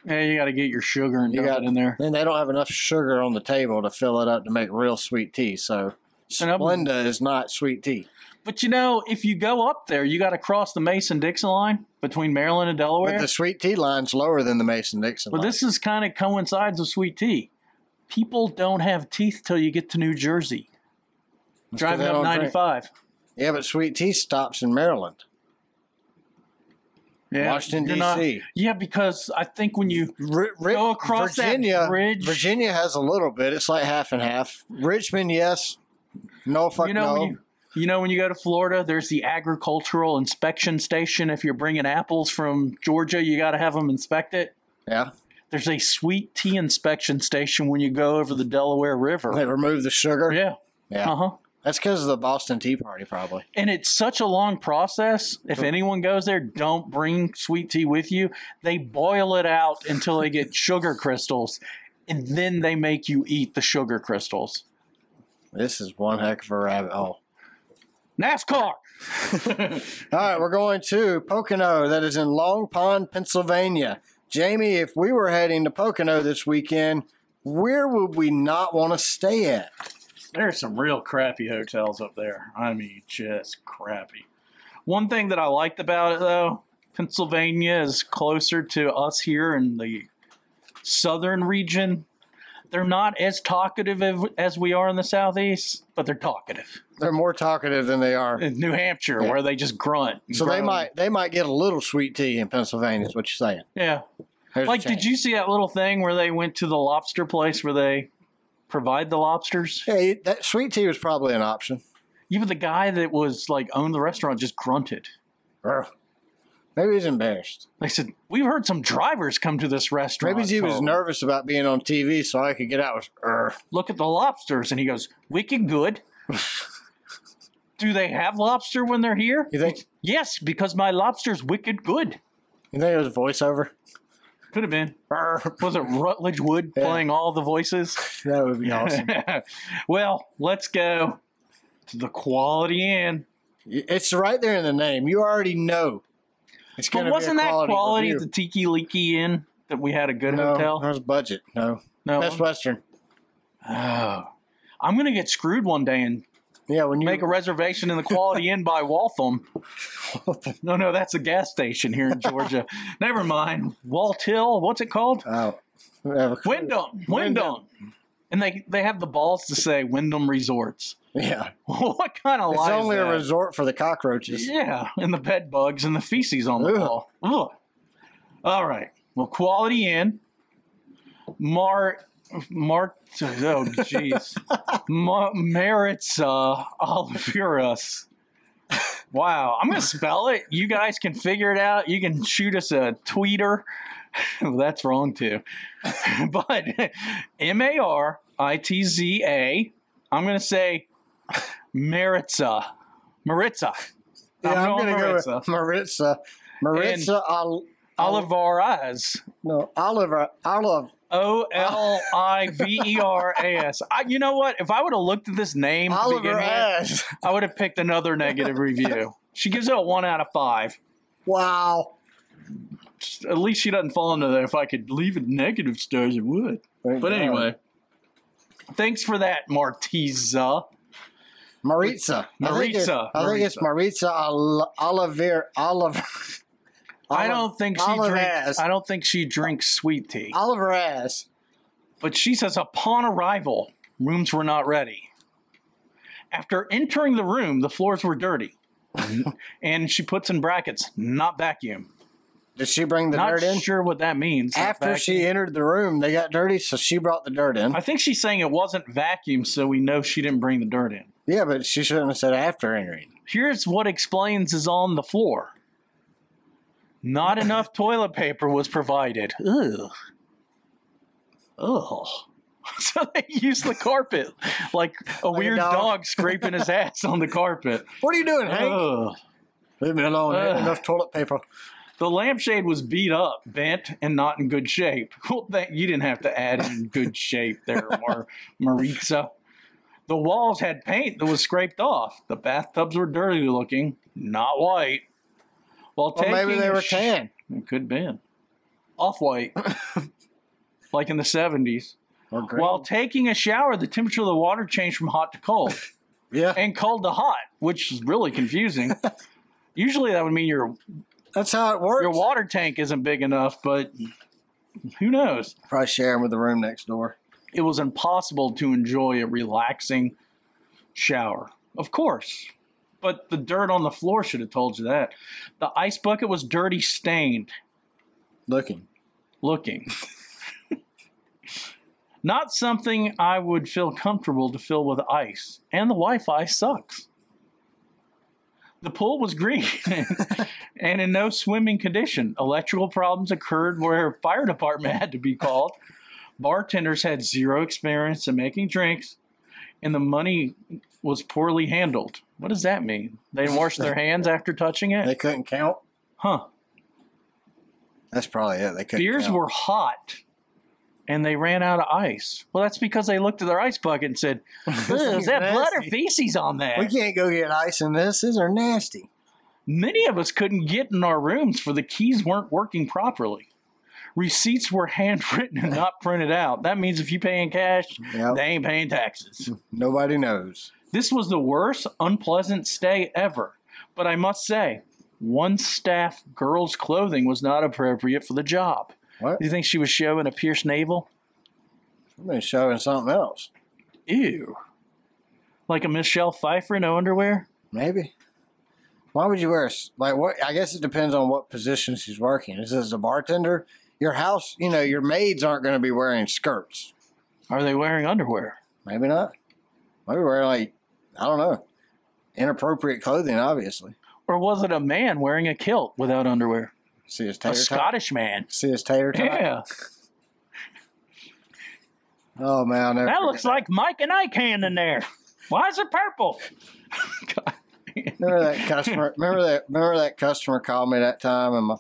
Speaker 2: yeah, you got to get your sugar and
Speaker 1: You
Speaker 2: dump
Speaker 1: got-
Speaker 2: it in there.
Speaker 1: Then they don't have enough sugar on the table to fill it up to make real sweet tea. So
Speaker 2: And I'm-
Speaker 1: Splenda is not sweet tea.
Speaker 2: But you know, if you go up there, you got to cross the Mason-Dixon line between Maryland and Delaware.
Speaker 1: But the sweet tea line's lower than the Mason Dixon
Speaker 2: Well,
Speaker 1: line.
Speaker 2: this is kind of coincides with sweet tea. People don't have teeth till you get to New Jersey.
Speaker 1: That's 'cause
Speaker 2: Driving
Speaker 1: they
Speaker 2: up
Speaker 1: don't drink.
Speaker 2: 95.
Speaker 1: Yeah, but sweet tea stops in Maryland. Washington,
Speaker 2: you're not-
Speaker 1: D.C..
Speaker 2: Yeah, because I think when you
Speaker 1: Ri- Ri-
Speaker 2: Go across that
Speaker 1: Virginia,
Speaker 2: bridge.
Speaker 1: Virginia has a little bit. It's like half and half. Richmond, yes. Norfolk,
Speaker 2: you know
Speaker 1: no.
Speaker 2: when you You know, when you go to Florida, there's the agricultural inspection station. If you're bringing apples from Georgia, you got to have them inspect it.
Speaker 1: Yeah.
Speaker 2: There's a sweet tea inspection station when you go over the Delaware River.
Speaker 1: They remove the sugar.
Speaker 2: Yeah.
Speaker 1: Yeah.
Speaker 2: Uh huh.
Speaker 1: That's because of the Boston Tea Party, probably.
Speaker 2: And it's such a long process. If anyone goes there, don't bring sweet tea with you. They boil it out until they get sugar crystals, and then they make you eat the sugar crystals.
Speaker 1: This is one heck of a rabbit hole.
Speaker 2: NASCAR.
Speaker 1: All right, we're going to Pocono, that is in Long Pond, Pennsylvania. Jamie, if we were heading to Pocono this weekend, where would we not want to stay at?
Speaker 2: There's some real crappy hotels up there. I mean, just crappy. One thing that I liked about it, though, Pennsylvania is closer to us here in the southern region. They're not as talkative av- as we are in the southeast, but they're talkative.
Speaker 1: They're more talkative than they are.
Speaker 2: In New Hampshire,
Speaker 1: Yeah.
Speaker 2: where they just grunt. and
Speaker 1: So they
Speaker 2: groan.
Speaker 1: might they might get a little sweet tea in Pennsylvania, is what you're saying.
Speaker 2: Yeah.
Speaker 1: There's a
Speaker 2: Like, did
Speaker 1: change.
Speaker 2: you see that little thing where they went to the lobster place where they provide the lobsters?
Speaker 1: Yeah, you- that sweet tea was probably an option.
Speaker 2: Even the guy that was like owned the restaurant just grunted.
Speaker 1: Or Maybe he's embarrassed.
Speaker 2: They said, We've heard some drivers come to this restaurant.
Speaker 1: Maybe he was
Speaker 2: so
Speaker 1: nervous about being on TV, so I could get out with. "Er."
Speaker 2: Look at the lobsters. And he goes, Wicked good. Do they have lobster when they're here?
Speaker 1: You think?
Speaker 2: Yes, because my lobster's wicked good.
Speaker 1: You think it was voiceover?
Speaker 2: Could have been.
Speaker 1: "Er."
Speaker 2: Was it Rutledge Wood
Speaker 1: Yeah.
Speaker 2: playing all the voices?
Speaker 1: That would be awesome.
Speaker 2: well, let's go to the Quality Inn.
Speaker 1: It's right there in the name. You already know. It's going to
Speaker 2: But
Speaker 1: be a
Speaker 2: wasn't
Speaker 1: quality.
Speaker 2: that quality
Speaker 1: review.
Speaker 2: the Tiki Leaky Inn that we had a good
Speaker 1: no,
Speaker 2: hotel?
Speaker 1: there's budget. No,
Speaker 2: No.
Speaker 1: Best Western.
Speaker 2: Oh. I'm gonna get screwed one day and
Speaker 1: Yeah, when you
Speaker 2: make a reservation in the Quality Inn by Waltham. No, no, that's a gas station here in Georgia. Never mind. Walt Hill, what's it called?
Speaker 1: oh, I have a clue.
Speaker 2: Wyndham.
Speaker 1: Wyndham.
Speaker 2: Wyndham. And they, they have the balls to say Wyndham Resorts.
Speaker 1: Yeah,
Speaker 2: what kind of
Speaker 1: it's
Speaker 2: lie
Speaker 1: only
Speaker 2: is
Speaker 1: a
Speaker 2: that?
Speaker 1: resort for the cockroaches.
Speaker 2: Yeah, and the bed bugs and the feces on the
Speaker 1: Ugh.
Speaker 2: wall. Ugh. All right. Well, Quality Inn, Mark, Mark, oh jeez, Ma- Merits uh, Oliveras. Wow, I'm gonna spell it. You guys can figure it out. You can shoot us a tweeter. well, that's wrong too. but M A R I T Z A. I'm gonna say Maritza. Maritza.
Speaker 1: Yeah, I'm,
Speaker 2: going
Speaker 1: gonna go with
Speaker 2: Maritza.
Speaker 1: Maritza. Maritza Ol-
Speaker 2: Olivares.
Speaker 1: no Oliver Olive.
Speaker 2: O L I V E R A S. I- You know what? If I would have looked at this name, to begin
Speaker 1: Oliver
Speaker 2: with,
Speaker 1: Ash.
Speaker 2: I would have picked another negative review. She gives it a one out of five.
Speaker 1: Wow.
Speaker 2: Just- At least she doesn't fall into that. If I could leave it negative stars, it would.
Speaker 1: Thank
Speaker 2: But
Speaker 1: God.
Speaker 2: anyway, thanks for that, Martiza.
Speaker 1: Maritza. I think it's-
Speaker 2: Maritza.
Speaker 1: I think it's Maritza Ol- Oliver Oliver.
Speaker 2: I don't think she
Speaker 1: Olivares.
Speaker 2: drinks. I don't think she drinks sweet tea.
Speaker 1: Oliver Ash.
Speaker 2: But she says upon arrival, rooms were not ready. After entering the room, the floors were dirty. and she puts in brackets, not vacuum.
Speaker 1: Did she bring the
Speaker 2: not
Speaker 1: dirt in?
Speaker 2: sure what that means. not
Speaker 1: After she
Speaker 2: vacuum.
Speaker 1: entered the room, they got dirty, so she brought the dirt in.
Speaker 2: I think she's saying it wasn't vacuum, so we know she didn't bring the dirt in.
Speaker 1: Yeah, but she shouldn't have said after entering.
Speaker 2: Here's what explains is on the floor. Not enough toilet paper was provided. Ugh. Ugh. So they used the carpet like a weird
Speaker 1: dog.
Speaker 2: dog. scraping his ass on the carpet.
Speaker 1: What are you doing, Hank?
Speaker 2: Ugh.
Speaker 1: Leave me alone. Ain't
Speaker 2: Ugh.
Speaker 1: enough toilet paper.
Speaker 2: The lampshade was beat up, bent, and not in good shape. Well, that, you didn't have to add in good shape there, Mar- Maritza. The walls had paint that was scraped off. The bathtubs were dirty looking, not white. While
Speaker 1: Well, maybe
Speaker 2: taking
Speaker 1: they
Speaker 2: a
Speaker 1: were
Speaker 2: sh-
Speaker 1: tan.
Speaker 2: It could be. Off white. like in the 70s.
Speaker 1: Or green.
Speaker 2: While taking a shower, the temperature of the water changed from hot to cold
Speaker 1: yeah,
Speaker 2: and cold to hot, which is really confusing. Usually that would mean your
Speaker 1: that's how it works.
Speaker 2: your water tank isn't big enough, but who knows?
Speaker 1: Probably sharing with the room next door.
Speaker 2: It was impossible to enjoy a relaxing shower. Of course. But the dirt on the floor should have told you that. The ice bucket was dirty stained.
Speaker 1: Looking.
Speaker 2: looking. Not something I would feel comfortable to fill with ice, and the Wi Fi sucks. The pool was green and in no swimming condition. Electrical problems occurred where fire department had to be called. Bartenders had zero experience in making drinks, and the money was poorly handled. What does that mean? They didn't wash their hands after touching
Speaker 1: They
Speaker 2: it?
Speaker 1: couldn't count.
Speaker 2: Huh.
Speaker 1: That's probably it. They couldn't.
Speaker 2: Beers
Speaker 1: count.
Speaker 2: were hot and they ran out of ice. Well, that's because they looked at their ice bucket and said, "Ugh, Is that blood or
Speaker 1: Nasty.
Speaker 2: feces on that?
Speaker 1: We can't go get ice in this. These are nasty.
Speaker 2: Many of us couldn't get in our rooms for the keys weren't working properly. Receipts were handwritten and not printed out. That means if you pay in cash,
Speaker 1: Yep. Hmm.
Speaker 2: they ain't paying taxes.
Speaker 1: Nobody knows.
Speaker 2: This was the worst unpleasant stay ever. But I must say, one staff girl's clothing was not appropriate for the job.
Speaker 1: What?
Speaker 2: Do you think she was showing a pierced navel?
Speaker 1: I've been showing something else.
Speaker 2: Ew. Like a Michelle Pfeiffer, no underwear?
Speaker 1: Maybe. Why would you wear a s- like what? I guess it depends on what position she's working. Is this a bartender? Your house, you know, your maids aren't going to be wearing skirts.
Speaker 2: Are they wearing underwear?
Speaker 1: Maybe not. Maybe wearing like I don't know, inappropriate clothing. Obviously,
Speaker 2: Or was it a man wearing a kilt without underwear?
Speaker 1: see his
Speaker 2: A
Speaker 1: tater tot.
Speaker 2: Scottish man.
Speaker 1: See his tater tot.
Speaker 2: Yeah.
Speaker 1: Oh man, I'll never
Speaker 2: That
Speaker 1: forget
Speaker 2: looks like Mike and Ike hand in there. Why is it purple?
Speaker 1: Remember that customer? remember that? Remember that customer called me that time in my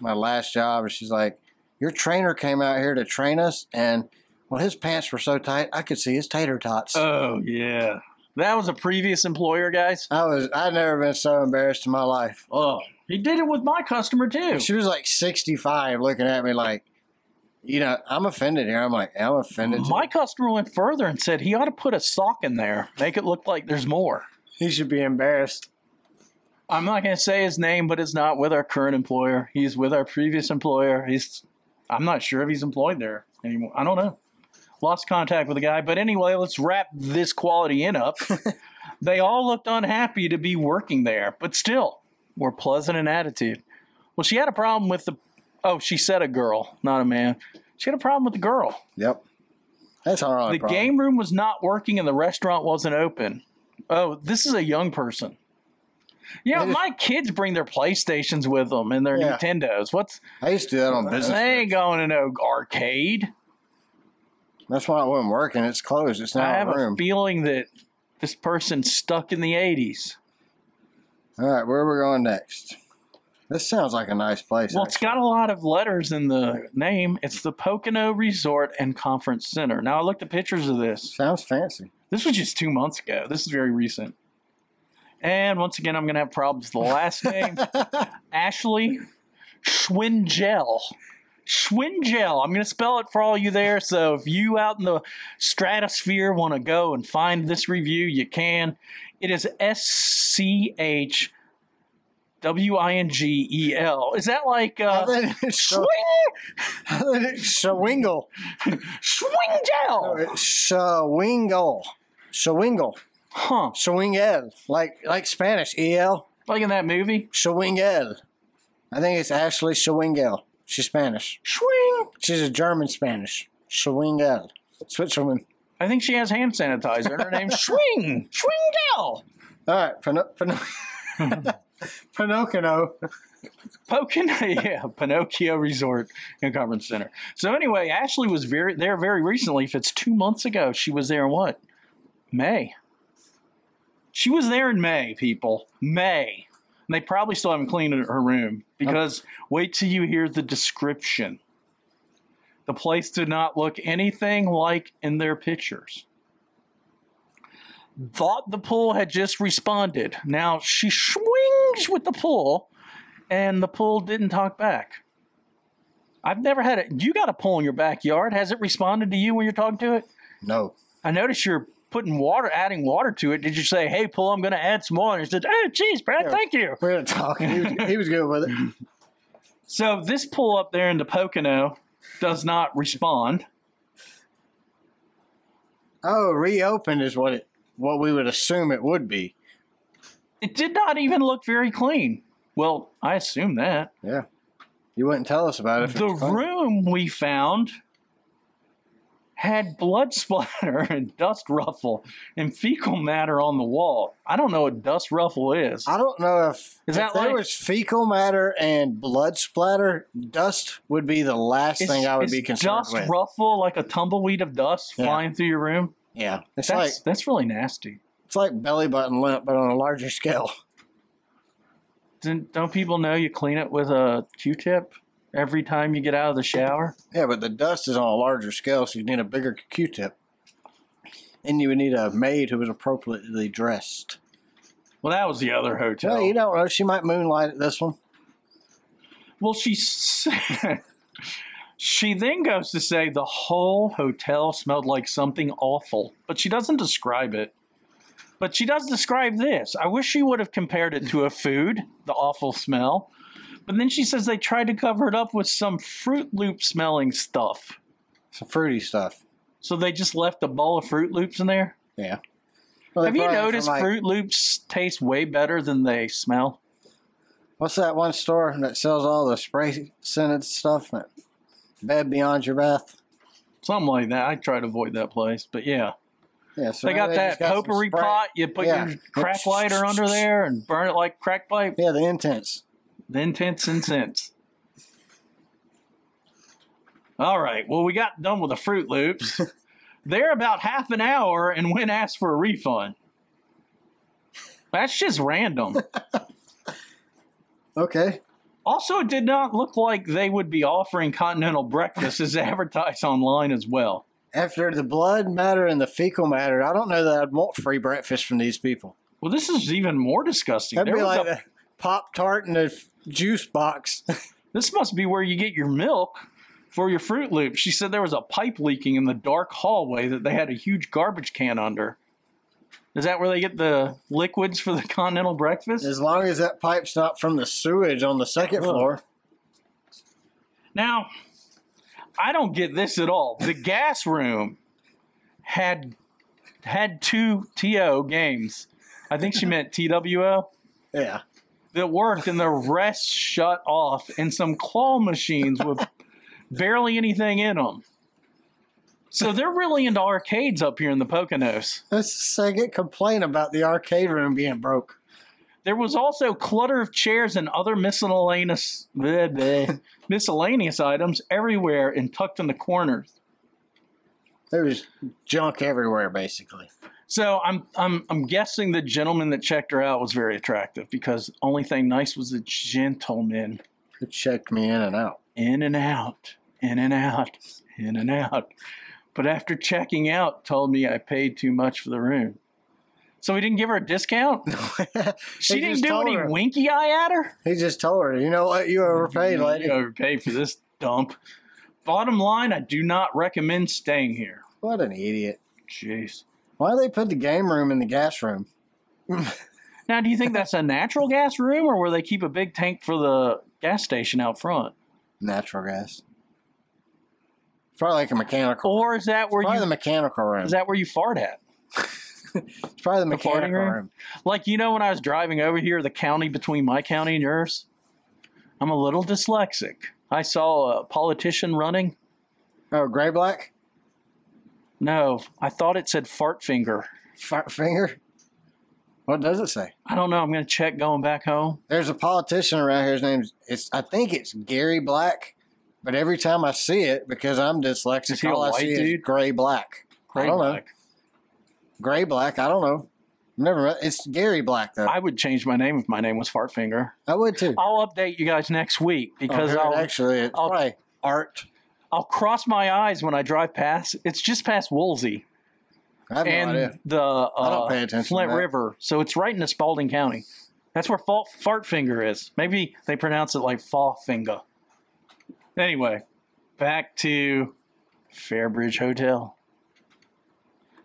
Speaker 1: my last job, and she's like, "Your trainer came out here to train us, and well, his pants were so tight, I could see his tater tots."
Speaker 2: Oh yeah. That was a previous employer, guys.
Speaker 1: I was I'd never been so embarrassed in my life.
Speaker 2: Oh. He did it with my customer too.
Speaker 1: She was like 65, looking at me like, you know, I'm offended here. I'm like, I'm offended. too.
Speaker 2: My customer went further and said he ought to put a sock in there, make it look like there's more.
Speaker 1: He should be embarrassed.
Speaker 2: I'm not going to say his name, but it's not with our current employer. He's with our previous employer. He's, I'm not sure if he's employed there anymore. I don't know. Lost contact with the guy. But anyway, let's wrap this quality in up. they all looked unhappy to be working there, but still were pleasant in attitude. Well, she had a problem with the, oh, she said a girl, not a man. She had a problem with the girl.
Speaker 1: Yep, that's our only
Speaker 2: The
Speaker 1: problem.
Speaker 2: game room was not working and the restaurant wasn't open. Oh, this is a young person. You know,
Speaker 1: They just-
Speaker 2: my kids bring their PlayStations with them and their
Speaker 1: Yeah.
Speaker 2: Nintendos. What's
Speaker 1: I used to do that on business.
Speaker 2: they ain't going to no arcade?
Speaker 1: That's why it wasn't working. It's closed. It's
Speaker 2: I
Speaker 1: not
Speaker 2: have
Speaker 1: a room.
Speaker 2: a feeling that this person's stuck in the eighties.
Speaker 1: All right, where are we going next? This sounds like a nice place.
Speaker 2: Well, it's
Speaker 1: actually.
Speaker 2: got a lot of letters in the name. It's the Pocono Resort and Conference Center. Now I looked at pictures of this.
Speaker 1: sounds fancy.
Speaker 2: This was just two months ago. This is very recent. And once again, I'm gonna have problems with the last name. Ashley Schwingel. Schwingel. I'm going to spell it for all you there. So if you out in the stratosphere want to go and find this review, you can. It is S C H W I N G E L. Is that like
Speaker 1: I
Speaker 2: uh,
Speaker 1: think it's
Speaker 2: swing,
Speaker 1: so- I think it's Shawingle. No,
Speaker 2: Schwingel?
Speaker 1: it's Shawingle. Shawingle.
Speaker 2: Huh.
Speaker 1: Shawingel. Like like Spanish. E L.
Speaker 2: Like in that movie?
Speaker 1: Shawingel. I think it's Ashley Shawingel. She's Spanish.
Speaker 2: Swing.
Speaker 1: She's a German Spanish. Shawingel. Switzerland.
Speaker 2: I think she has hand sanitizer. and Her name's Swing. Schwingel.
Speaker 1: All right, Pino- Pino- Pinocchio.
Speaker 2: Pocono, yeah, Pinocchio Resort and Conference Center. So anyway, Ashley was very there very recently. If it's two months ago, she was there in what? May. She was there in May, people. May. And they probably still haven't cleaned her room because wait till you hear the description. The place did not look anything like in their pictures. Thought the pool had just responded. Now she swings with the pool and the pool didn't talk back. I've never had it. You got a pool in your backyard. Has it responded to you when you're talking to it?
Speaker 1: No.
Speaker 2: I noticed you're putting water, adding water to it. Did you say, "Hey, pool, I'm going to add some more"? And it said, "Oh, geez, Brad,
Speaker 1: Yeah.
Speaker 2: thank you."
Speaker 1: We're going to talk. He was, he was good with it.
Speaker 2: So this pool up there in the Pocono does not respond.
Speaker 1: Oh, reopened is what it what we would assume it would be.
Speaker 2: It did not even look very clean. Well, I assume that.
Speaker 1: Yeah. You wouldn't tell us about it. if it
Speaker 2: The
Speaker 1: was clean.
Speaker 2: room we found had blood splatter and dust ruffle and fecal matter on the wall. I don't know what dust ruffle is.
Speaker 1: I don't know if,
Speaker 2: Is that
Speaker 1: if there
Speaker 2: like-
Speaker 1: was fecal matter and blood splatter, dust would be the last
Speaker 2: Is-
Speaker 1: thing I would
Speaker 2: is
Speaker 1: be concerned
Speaker 2: dust
Speaker 1: with.
Speaker 2: ruffle like a tumbleweed of dust
Speaker 1: Yeah.
Speaker 2: flying through your room.
Speaker 1: yeah, it's
Speaker 2: That's
Speaker 1: like
Speaker 2: that's really nasty.
Speaker 1: it's like belly button limp, but on a larger scale.
Speaker 2: Didn't, don't people know you clean it with a Q-tip every time you get out of the shower?
Speaker 1: Yeah, but the dust is on a larger scale, so you need a bigger Q-tip, and you would need a maid who was appropriately dressed.
Speaker 2: Well, that was the other hotel.
Speaker 1: Well, you don't know. She might moonlight at this one.
Speaker 2: Well, she s- she then goes to say the whole hotel smelled like something awful, but she doesn't describe it. But she does describe this. I wish she would have compared it to a food, the awful smell. But then she says they tried to cover it up with some Fruit Loop smelling stuff.
Speaker 1: Some fruity stuff.
Speaker 2: So they just left a bowl of Fruit Loops in there.
Speaker 1: Yeah. Well, they
Speaker 2: have you
Speaker 1: probably from,
Speaker 2: noticed
Speaker 1: like-
Speaker 2: Fruit Loops taste way better than they smell?
Speaker 1: What's that one store that sells all the spray scented stuff? That bed beyond your bath.
Speaker 2: Something like that. I try to avoid that place, but yeah.
Speaker 1: Yeah, so
Speaker 2: they
Speaker 1: now
Speaker 2: got
Speaker 1: just
Speaker 2: that
Speaker 1: some
Speaker 2: potpourri
Speaker 1: spray-
Speaker 2: pot. You put
Speaker 1: Yeah.
Speaker 2: your crack lighter under there and burn it like crack pipe.
Speaker 1: Yeah, the intense.
Speaker 2: Then tenths and cents. All right. Well, we got done with the Fruit Loops. They're about half an hour and went asked for a refund. That's just random.
Speaker 1: Okay.
Speaker 2: also, it did not look like they would be offering continental breakfast as advertised online as well.
Speaker 1: After the blood matter and the fecal matter, I don't know that I'd want free breakfast from these people.
Speaker 2: Well, this is even more disgusting.
Speaker 1: That'd
Speaker 2: There
Speaker 1: be
Speaker 2: was
Speaker 1: like
Speaker 2: a-
Speaker 1: the Pop Tart and a f- juice box.
Speaker 2: This must be where you get your milk for your Fruit Loop. She said there was a pipe leaking in the dark hallway that they had a huge garbage can under. Is that where they get the liquids for the continental breakfast?
Speaker 1: as long as that pipe's not from the sewage on the second
Speaker 2: Ugh.
Speaker 1: floor.
Speaker 2: Now, I don't get this at all. The gas room had had two TO games. I think she meant TWO
Speaker 1: Yeah.
Speaker 2: that worked and the rest shut off and some claw machines with barely anything in them. So they're really into arcades up here in the Poconos.
Speaker 1: That's the second complaint about the arcade room being broke.
Speaker 2: There was also clutter of chairs and other miscellaneous bleh, bleh, miscellaneous items everywhere and tucked in the corners.
Speaker 1: There was junk everywhere, basically.
Speaker 2: So I'm I'm I'm guessing the gentleman that checked her out was very attractive because only thing nice was the gentleman.
Speaker 1: It checked me in and out.
Speaker 2: in and out, in and out, in and out. But after checking out, told me I paid too much for the room. So he didn't give her a discount. She
Speaker 1: He
Speaker 2: didn't
Speaker 1: just
Speaker 2: do
Speaker 1: told
Speaker 2: any
Speaker 1: her.
Speaker 2: winky eye at her.
Speaker 1: He just told her, you know what, you overpaid,
Speaker 2: You
Speaker 1: lady.
Speaker 2: overpaid for this dump. Bottom line, I do not recommend staying here.
Speaker 1: What an idiot.
Speaker 2: Jeez.
Speaker 1: Why do they put the game room in the gas room?
Speaker 2: Now, do you think that's a natural gas room or where they keep a big tank for the gas station out front?
Speaker 1: Natural gas. It's probably like a mechanical.
Speaker 2: Or is that where
Speaker 1: probably the
Speaker 2: you
Speaker 1: mechanical room.
Speaker 2: is that where you fart at?
Speaker 1: it's probably the
Speaker 2: the farting
Speaker 1: mechanical
Speaker 2: room?
Speaker 1: room.
Speaker 2: Like you know, when I was driving over here, the county between my county and yours, I'm a little dyslexic. I saw a politician running.
Speaker 1: Oh, gray black?
Speaker 2: No, I thought it said fart finger.
Speaker 1: Fart finger? What does it say?
Speaker 2: I don't know. I'm gonna check going back home.
Speaker 1: There's a politician around here. His name's it's. I think it's Gary Black, but every time I see it, because I'm
Speaker 2: Is he
Speaker 1: dyslexic,
Speaker 2: a
Speaker 1: all I
Speaker 2: white
Speaker 1: see is
Speaker 2: dude?
Speaker 1: gray black. I don't know. Gray black. I don't know. I've never. Met, it's Gary Black though. I,
Speaker 2: I would change my name if my name was fart finger.
Speaker 1: would too.
Speaker 2: I'll update you guys next week because
Speaker 1: Oh, here it
Speaker 2: I'll
Speaker 1: actually, it's
Speaker 2: I'll-
Speaker 1: probably art.
Speaker 2: I'll cross my eyes when I drive past. It's just past Woolsey
Speaker 1: I have
Speaker 2: and
Speaker 1: no idea.
Speaker 2: the uh,
Speaker 1: don't pay attention to
Speaker 2: Flint
Speaker 1: that.
Speaker 2: River, so it's right into Spalding County. That's where fart, fart finger is. Maybe they pronounce it like fall finger. Anyway, back to Fairbridge Hotel.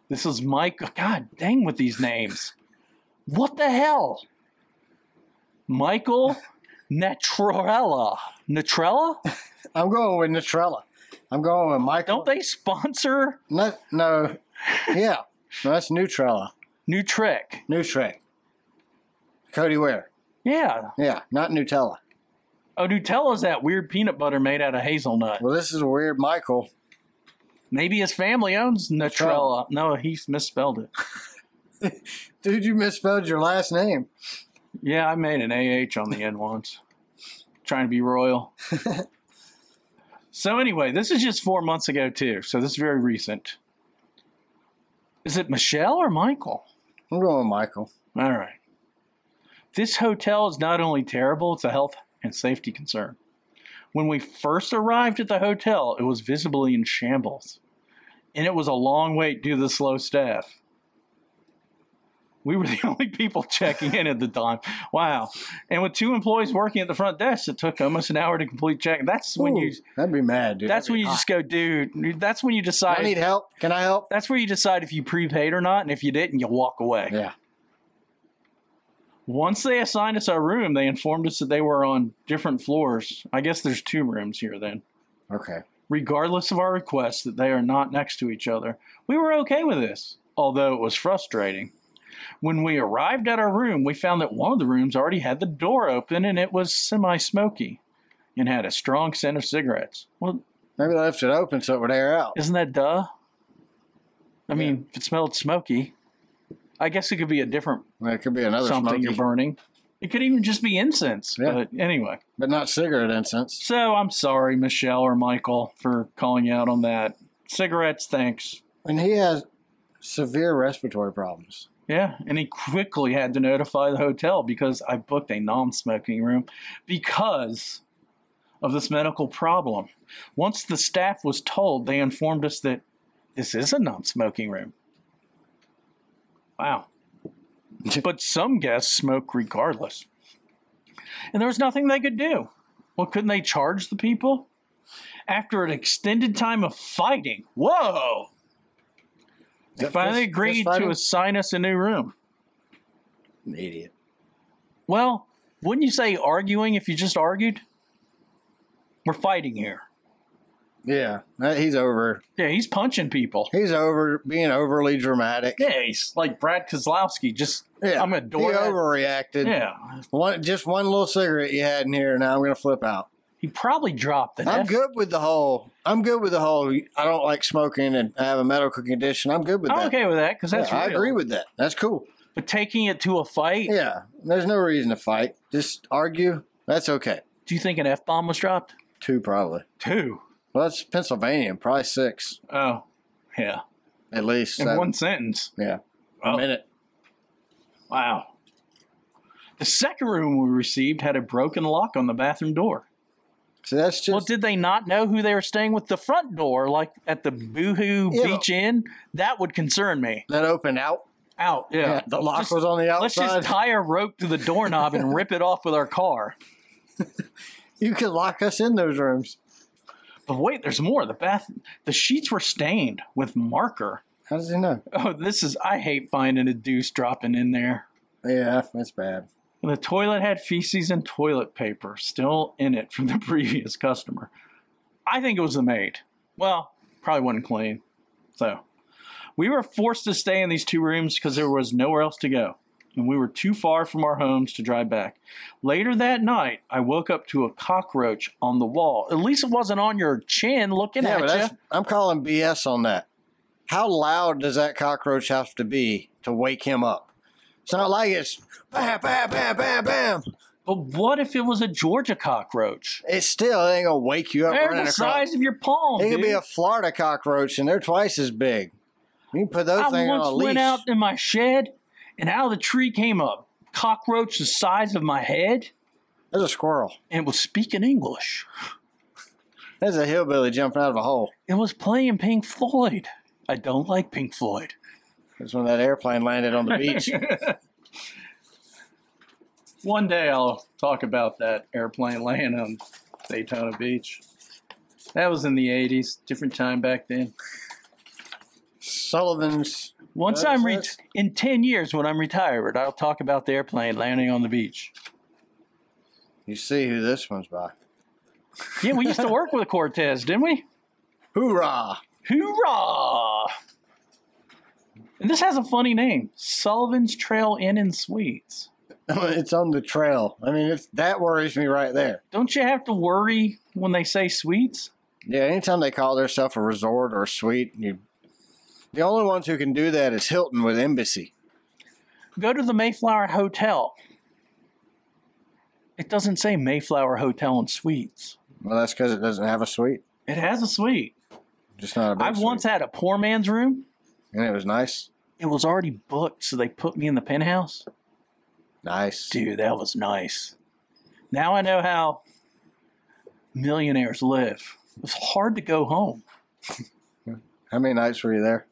Speaker 2: This is Mike. God dang with these names. What the hell? Michael Natrella. Natrella?
Speaker 1: I'm going with Natrella. I'm going with Michael.
Speaker 2: Don't they sponsor
Speaker 1: No, no. yeah, no, that's Nutrella.
Speaker 2: Nutrek?
Speaker 1: Nutrek. Cody Ware.
Speaker 2: Yeah.
Speaker 1: Yeah, not Nutella.
Speaker 2: Oh, Nutella's that weird peanut butter made out of hazelnut.
Speaker 1: Well, this is a weird Michael.
Speaker 2: Maybe his family owns Natrella. No, he misspelled it.
Speaker 1: Dude, you misspelled your last name.
Speaker 2: Yeah, I made an AH on the end once, trying to be royal. so, anyway, this is just four months ago, too. So, this is very recent. Is it Michelle or Michael?
Speaker 1: I'm going with Michael.
Speaker 2: All right. This hotel is not only terrible, it's a health and safety concern. When we first arrived at the hotel, it was visibly in shambles, and it was a long wait due to the slow staff. We were the only people checking in at the time. Wow. And with two employees working at the front desk, it took almost an hour to complete check. That's when
Speaker 1: Ooh,
Speaker 2: you
Speaker 1: That'd be mad, dude.
Speaker 2: that's
Speaker 1: That'd
Speaker 2: when
Speaker 1: be
Speaker 2: you
Speaker 1: hot.
Speaker 2: just go, dude, that's when you
Speaker 1: I
Speaker 2: decide
Speaker 1: need help. Can I help?
Speaker 2: that's where you decide if you prepaid or not, and if you didn't, you walk away.
Speaker 1: Yeah.
Speaker 2: Once they assigned us our room, they informed us that they were on different floors. I guess there's two rooms here then.
Speaker 1: Okay.
Speaker 2: Regardless of our request that they are not next to each other, we were okay with this, although it was frustrating. When we arrived at our room, we found that one of the rooms already had the door open and it was semi smoky and had a strong scent of cigarettes. Well,
Speaker 1: Maybe they left it open so it would air out.
Speaker 2: isn't that duh? I
Speaker 1: Yeah.
Speaker 2: mean, if it smelled smoky, I guess it could be a different
Speaker 1: Well, it could be another
Speaker 2: something
Speaker 1: smoky,
Speaker 2: you're burning. It could even just be incense.
Speaker 1: Yeah.
Speaker 2: But anyway.
Speaker 1: but not cigarette incense.
Speaker 2: So I'm sorry, Michelle or Michael, for calling out on that. Cigarettes, thanks.
Speaker 1: And he has severe respiratory problems.
Speaker 2: Yeah, and he quickly had to notify the hotel because I booked a non smoking room because of this medical problem. Once the staff was told, they informed us that this is a non smoking room. Wow. but some guests smoke regardless. And there was nothing they could do. Well, couldn't they charge the people? After an extended time of fighting, whoa! They
Speaker 1: Is that
Speaker 2: finally
Speaker 1: fist-
Speaker 2: agreed
Speaker 1: fist fighting?
Speaker 2: to assign us a new room.
Speaker 1: An idiot.
Speaker 2: Well, wouldn't you say arguing if you just argued? We're fighting here.
Speaker 1: Yeah, that- he's over.
Speaker 2: Yeah, he's punching people.
Speaker 1: He's over being overly dramatic.
Speaker 2: Yeah, he's like Brad Kozlowski. Just
Speaker 1: Yeah,
Speaker 2: I'm gonna
Speaker 1: he
Speaker 2: door that.
Speaker 1: overreacted.
Speaker 2: yeah,
Speaker 1: One, just one little cigarette you had in here. Now I'm gonna flip out.
Speaker 2: he probably dropped the.
Speaker 1: I'm
Speaker 2: F-
Speaker 1: good with the whole. I'm good with the whole. I don't like smoking, and I have a medical condition. I'm good with
Speaker 2: I'm
Speaker 1: that.
Speaker 2: Oh, okay with that because that's
Speaker 1: yeah, I
Speaker 2: real.
Speaker 1: agree with that. That's cool.
Speaker 2: But taking it to a fight,
Speaker 1: Yeah, there's no reason to fight. Just argue. That's okay.
Speaker 2: do you think an f bomb was dropped?
Speaker 1: Two probably.
Speaker 2: Two.
Speaker 1: Well, that's Pennsylvania. Probably six
Speaker 2: Oh, yeah.
Speaker 1: at least.
Speaker 2: In
Speaker 1: seven.
Speaker 2: one sentence.
Speaker 1: yeah,
Speaker 2: Oh.
Speaker 1: a minute.
Speaker 2: Wow. The second room we received had a broken lock on the bathroom door.
Speaker 1: So that's just
Speaker 2: well, did they not know who they were staying with the front door, like at the Boohoo
Speaker 1: Yeah.
Speaker 2: Beach Inn? That would concern me.
Speaker 1: that opened out.
Speaker 2: Out, yeah.
Speaker 1: Yeah, the lock
Speaker 2: Just-
Speaker 1: was on the
Speaker 2: Let's
Speaker 1: outside.
Speaker 2: just tie a rope to the doorknob and rip it off with our car.
Speaker 1: you could lock us in those rooms.
Speaker 2: But wait, there's more. The bath, the sheets were stained with marker.
Speaker 1: How does he know?
Speaker 2: Oh, this is. I hate finding a deuce dropping in there.
Speaker 1: Yeah, that's bad.
Speaker 2: The toilet had feces and toilet paper still in it from the previous customer. I think it was the maid. Well, probably wasn't clean. So we were forced to stay in these two rooms because there was nowhere else to go, and we were too far from our homes to drive back. Later that night, I woke up to a cockroach on the wall. At least it wasn't on your chin looking
Speaker 1: Yeah,
Speaker 2: at
Speaker 1: but
Speaker 2: you.
Speaker 1: that's, I'm calling BS on that. How loud does that cockroach have to be to wake him up? It's not like it's bam, bam, bam, bam, bam.
Speaker 2: But what if it was a Georgia cockroach?
Speaker 1: It's still it ain't gonna wake you up
Speaker 2: They're
Speaker 1: running
Speaker 2: the
Speaker 1: across.
Speaker 2: size of your palm.
Speaker 1: It could be
Speaker 2: dude.
Speaker 1: a Florida cockroach, and they're twice as big. You can put those
Speaker 2: I
Speaker 1: things on
Speaker 2: once
Speaker 1: a leash.
Speaker 2: went out in my shed, and out of the tree came a cockroach the size of my head,
Speaker 1: There's a squirrel.
Speaker 2: and was speaking English.
Speaker 1: There's a hillbilly jumping out of a hole.
Speaker 2: It was playing Pink Floyd. I don't like Pink Floyd.
Speaker 1: That's when that airplane landed on the beach.
Speaker 2: One day I'll talk about that airplane landing on Daytona Beach. That was in the 80s, different time back then.
Speaker 1: Sullivan's.
Speaker 2: Once
Speaker 1: That
Speaker 2: I'm re-
Speaker 1: exists.
Speaker 2: in 10 years when I'm retired, I'll talk about the airplane landing on the beach.
Speaker 1: You see who this one's by.
Speaker 2: Yeah, we used to work with Cortez, didn't we?
Speaker 1: Hoorah!
Speaker 2: Hoorah! And this has a funny name Sullivan's Trail Inn and Suites.
Speaker 1: it's on the trail. I mean, it's, that worries me right there.
Speaker 2: Don't you have to worry when they say suites?
Speaker 1: Yeah, anytime they call themselves a resort or a suite, you, the only ones who can do that is Hilton with Embassy.
Speaker 2: Go to the Mayflower Hotel. It doesn't say Mayflower Hotel and Suites.
Speaker 1: Well, that's because it doesn't have a suite.
Speaker 2: It has a suite.
Speaker 1: Just not a big
Speaker 2: I
Speaker 1: suite.
Speaker 2: once had a poor man's room.
Speaker 1: and it was nice.
Speaker 2: It was already booked, so they put me in the penthouse.
Speaker 1: Nice.
Speaker 2: Dude, that was nice. Now I know how millionaires live. It was hard to go home.
Speaker 1: How many nights were you there?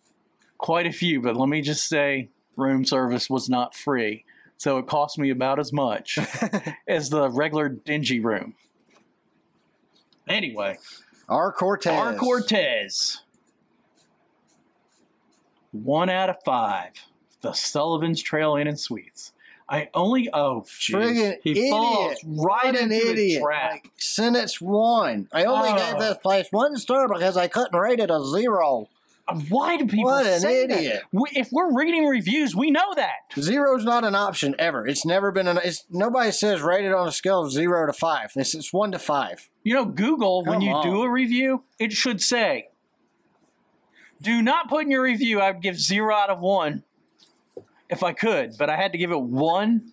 Speaker 2: Quite a few, but let me just say room service was not free. So it cost me about as much as the regular dingy room. Anyway,
Speaker 1: R. Cortez.
Speaker 2: R. Cortez. One out of five. The Sullivan's Trail Inn and Suites. I only oh jeez.
Speaker 1: Friggin'
Speaker 2: he
Speaker 1: idiot.
Speaker 2: falls right
Speaker 1: What an
Speaker 2: into the
Speaker 1: idiot.
Speaker 2: trap.
Speaker 1: Like, sentence one. I only
Speaker 2: Oh.
Speaker 1: gave this place one star because I couldn't rate it a zero.
Speaker 2: Why do people
Speaker 1: What an
Speaker 2: say that?
Speaker 1: idiot.
Speaker 2: We, if we're reading reviews, we know that.
Speaker 1: Zero's not an option ever. It's never been an. It's, nobody says rate it on a scale of zero to five. It's, it's one to five.
Speaker 2: You know, Google, when
Speaker 1: Come
Speaker 2: you do
Speaker 1: on.
Speaker 2: a review, it should say, do not put in your review, I would give zero out of one if I could, but I had to give it one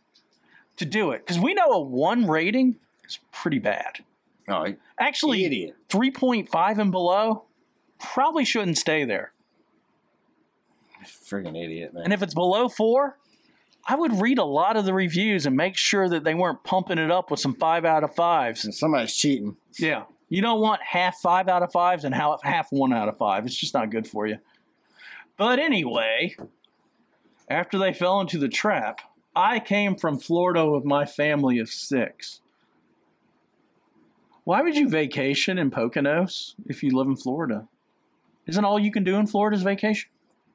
Speaker 2: to do it. Because we know a one rating is pretty bad.
Speaker 1: Oh,
Speaker 2: Actually,
Speaker 1: Idiot.
Speaker 2: 3.5 and below probably shouldn't stay there.
Speaker 1: friggin' idiot, man.
Speaker 2: And if it's below four, I would read a lot of the reviews and make sure that they weren't pumping it up with some five out of fives.
Speaker 1: And somebody's cheating.
Speaker 2: Yeah. You don't want half five out of fives and half, half one out of five. It's just not good for you. But anyway, after they fell into the trap, I came from Florida with my family of six. Why would you vacation in Poconos if you live in Florida? Isn't all you can do in Florida is vacation?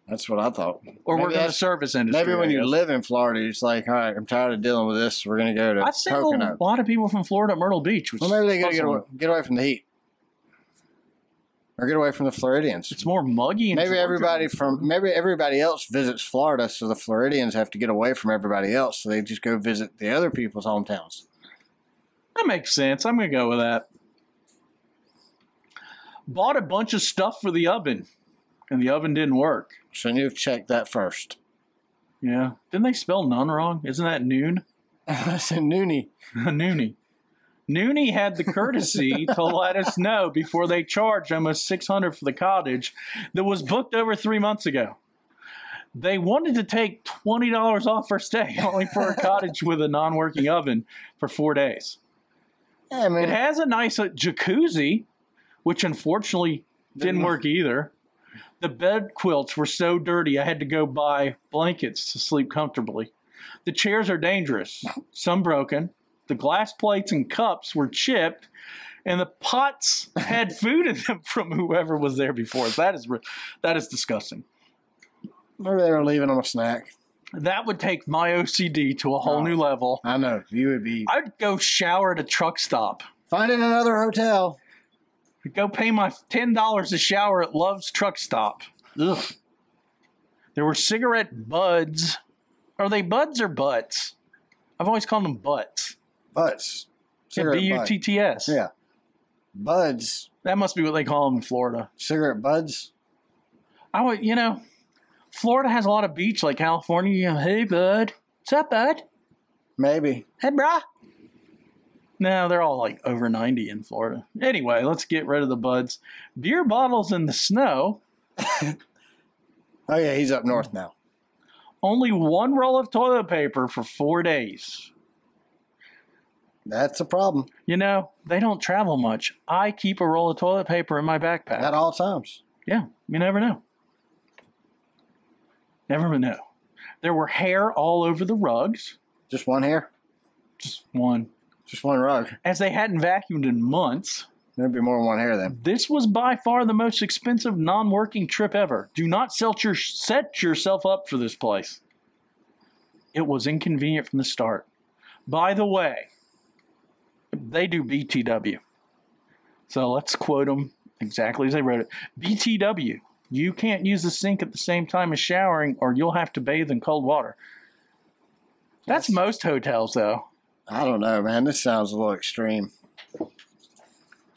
Speaker 1: That's what I thought.
Speaker 2: Or
Speaker 1: Maybe
Speaker 2: work in the
Speaker 1: that's-
Speaker 2: service industry?
Speaker 1: Maybe when
Speaker 2: I
Speaker 1: you
Speaker 2: guess.
Speaker 1: live in Florida, it's like, all right, I'm tired of dealing with this. We're gonna go to
Speaker 2: I've seen
Speaker 1: Pocono.
Speaker 2: a lot of people from Florida at Myrtle Beach. Which
Speaker 1: Well, maybe they
Speaker 2: is
Speaker 1: gotta get
Speaker 2: puzzling.
Speaker 1: away, get away from the heat, or get away from the Floridians.
Speaker 2: It's more muggy. In
Speaker 1: Maybe
Speaker 2: Georgia.
Speaker 1: everybody from maybe everybody else visits Florida, so the Floridians have to get away from everybody else, so they just go visit the other people's hometowns.
Speaker 2: That makes sense. I'm gonna go with that. Bought a bunch of stuff for the oven, and the oven didn't work.
Speaker 1: So you've checked that first.
Speaker 2: Yeah, didn't they spell none wrong? Isn't that noon?
Speaker 1: That's a noonie.
Speaker 2: Noonie. Noonie had the courtesy to let us know before they charged almost 600 for the cottage that was booked over three months ago. They wanted to take $20 off her stay, only for a cottage with a non working oven for four days.
Speaker 1: Yeah, I mean,
Speaker 2: It has a nice uh, jacuzzi, which unfortunately didn't
Speaker 1: Didn't-
Speaker 2: work either. The bed quilts were so dirty, I had to go buy blankets to sleep comfortably. The chairs are dangerous, some broken. The glass plates and cups were chipped, and the pots had food in them from whoever was there before. That is re- that is disgusting.
Speaker 1: maybe they were leaving them a snack.
Speaker 2: That would take my OCD to a whole
Speaker 1: Oh.
Speaker 2: new level.
Speaker 1: I know you would be
Speaker 2: I'd go shower at a truck stop.
Speaker 1: finding another hotel.
Speaker 2: Go pay my ten dollars a shower at Love's truck stop.
Speaker 1: Ugh.
Speaker 2: There were cigarette buds. Are they buds or butts? I've always called them butts.
Speaker 1: Butts. Cigarette
Speaker 2: B U
Speaker 1: butt.
Speaker 2: T T S.
Speaker 1: Yeah. Buds.
Speaker 2: That must be what they call them in Florida.
Speaker 1: Cigarette buds.
Speaker 2: I would, you know, Florida has a lot of beach like California. You know, hey, bud. What's up, bud?
Speaker 1: Maybe.
Speaker 2: Hey, brah. No, they're all like over 90 in Florida. Anyway, let's get rid of the buds. Beer bottles in the snow.
Speaker 1: Oh yeah, he's up north now.
Speaker 2: Only one roll of toilet paper for four days.
Speaker 1: That's a problem
Speaker 2: You know, they don't travel much. I keep a roll of toilet paper in my backpack.
Speaker 1: at all times.
Speaker 2: yeah, you never know. Never know. There were hair all over the rugs.
Speaker 1: Just one hair.
Speaker 2: Just one.
Speaker 1: Just one rug.
Speaker 2: As they hadn't vacuumed in months,
Speaker 1: There'd be more than one hair then.
Speaker 2: this was by far the most expensive non working trip ever. Do not set, your, set yourself up for this place. It was inconvenient from the start. By the way, they do BTW. So let's quote them exactly as they wrote it BTW, you can't use the sink at the same time as showering or you'll have to bathe in cold water. That's
Speaker 1: That's-
Speaker 2: most hotels, though.
Speaker 1: I don't know, man. This sounds a little extreme.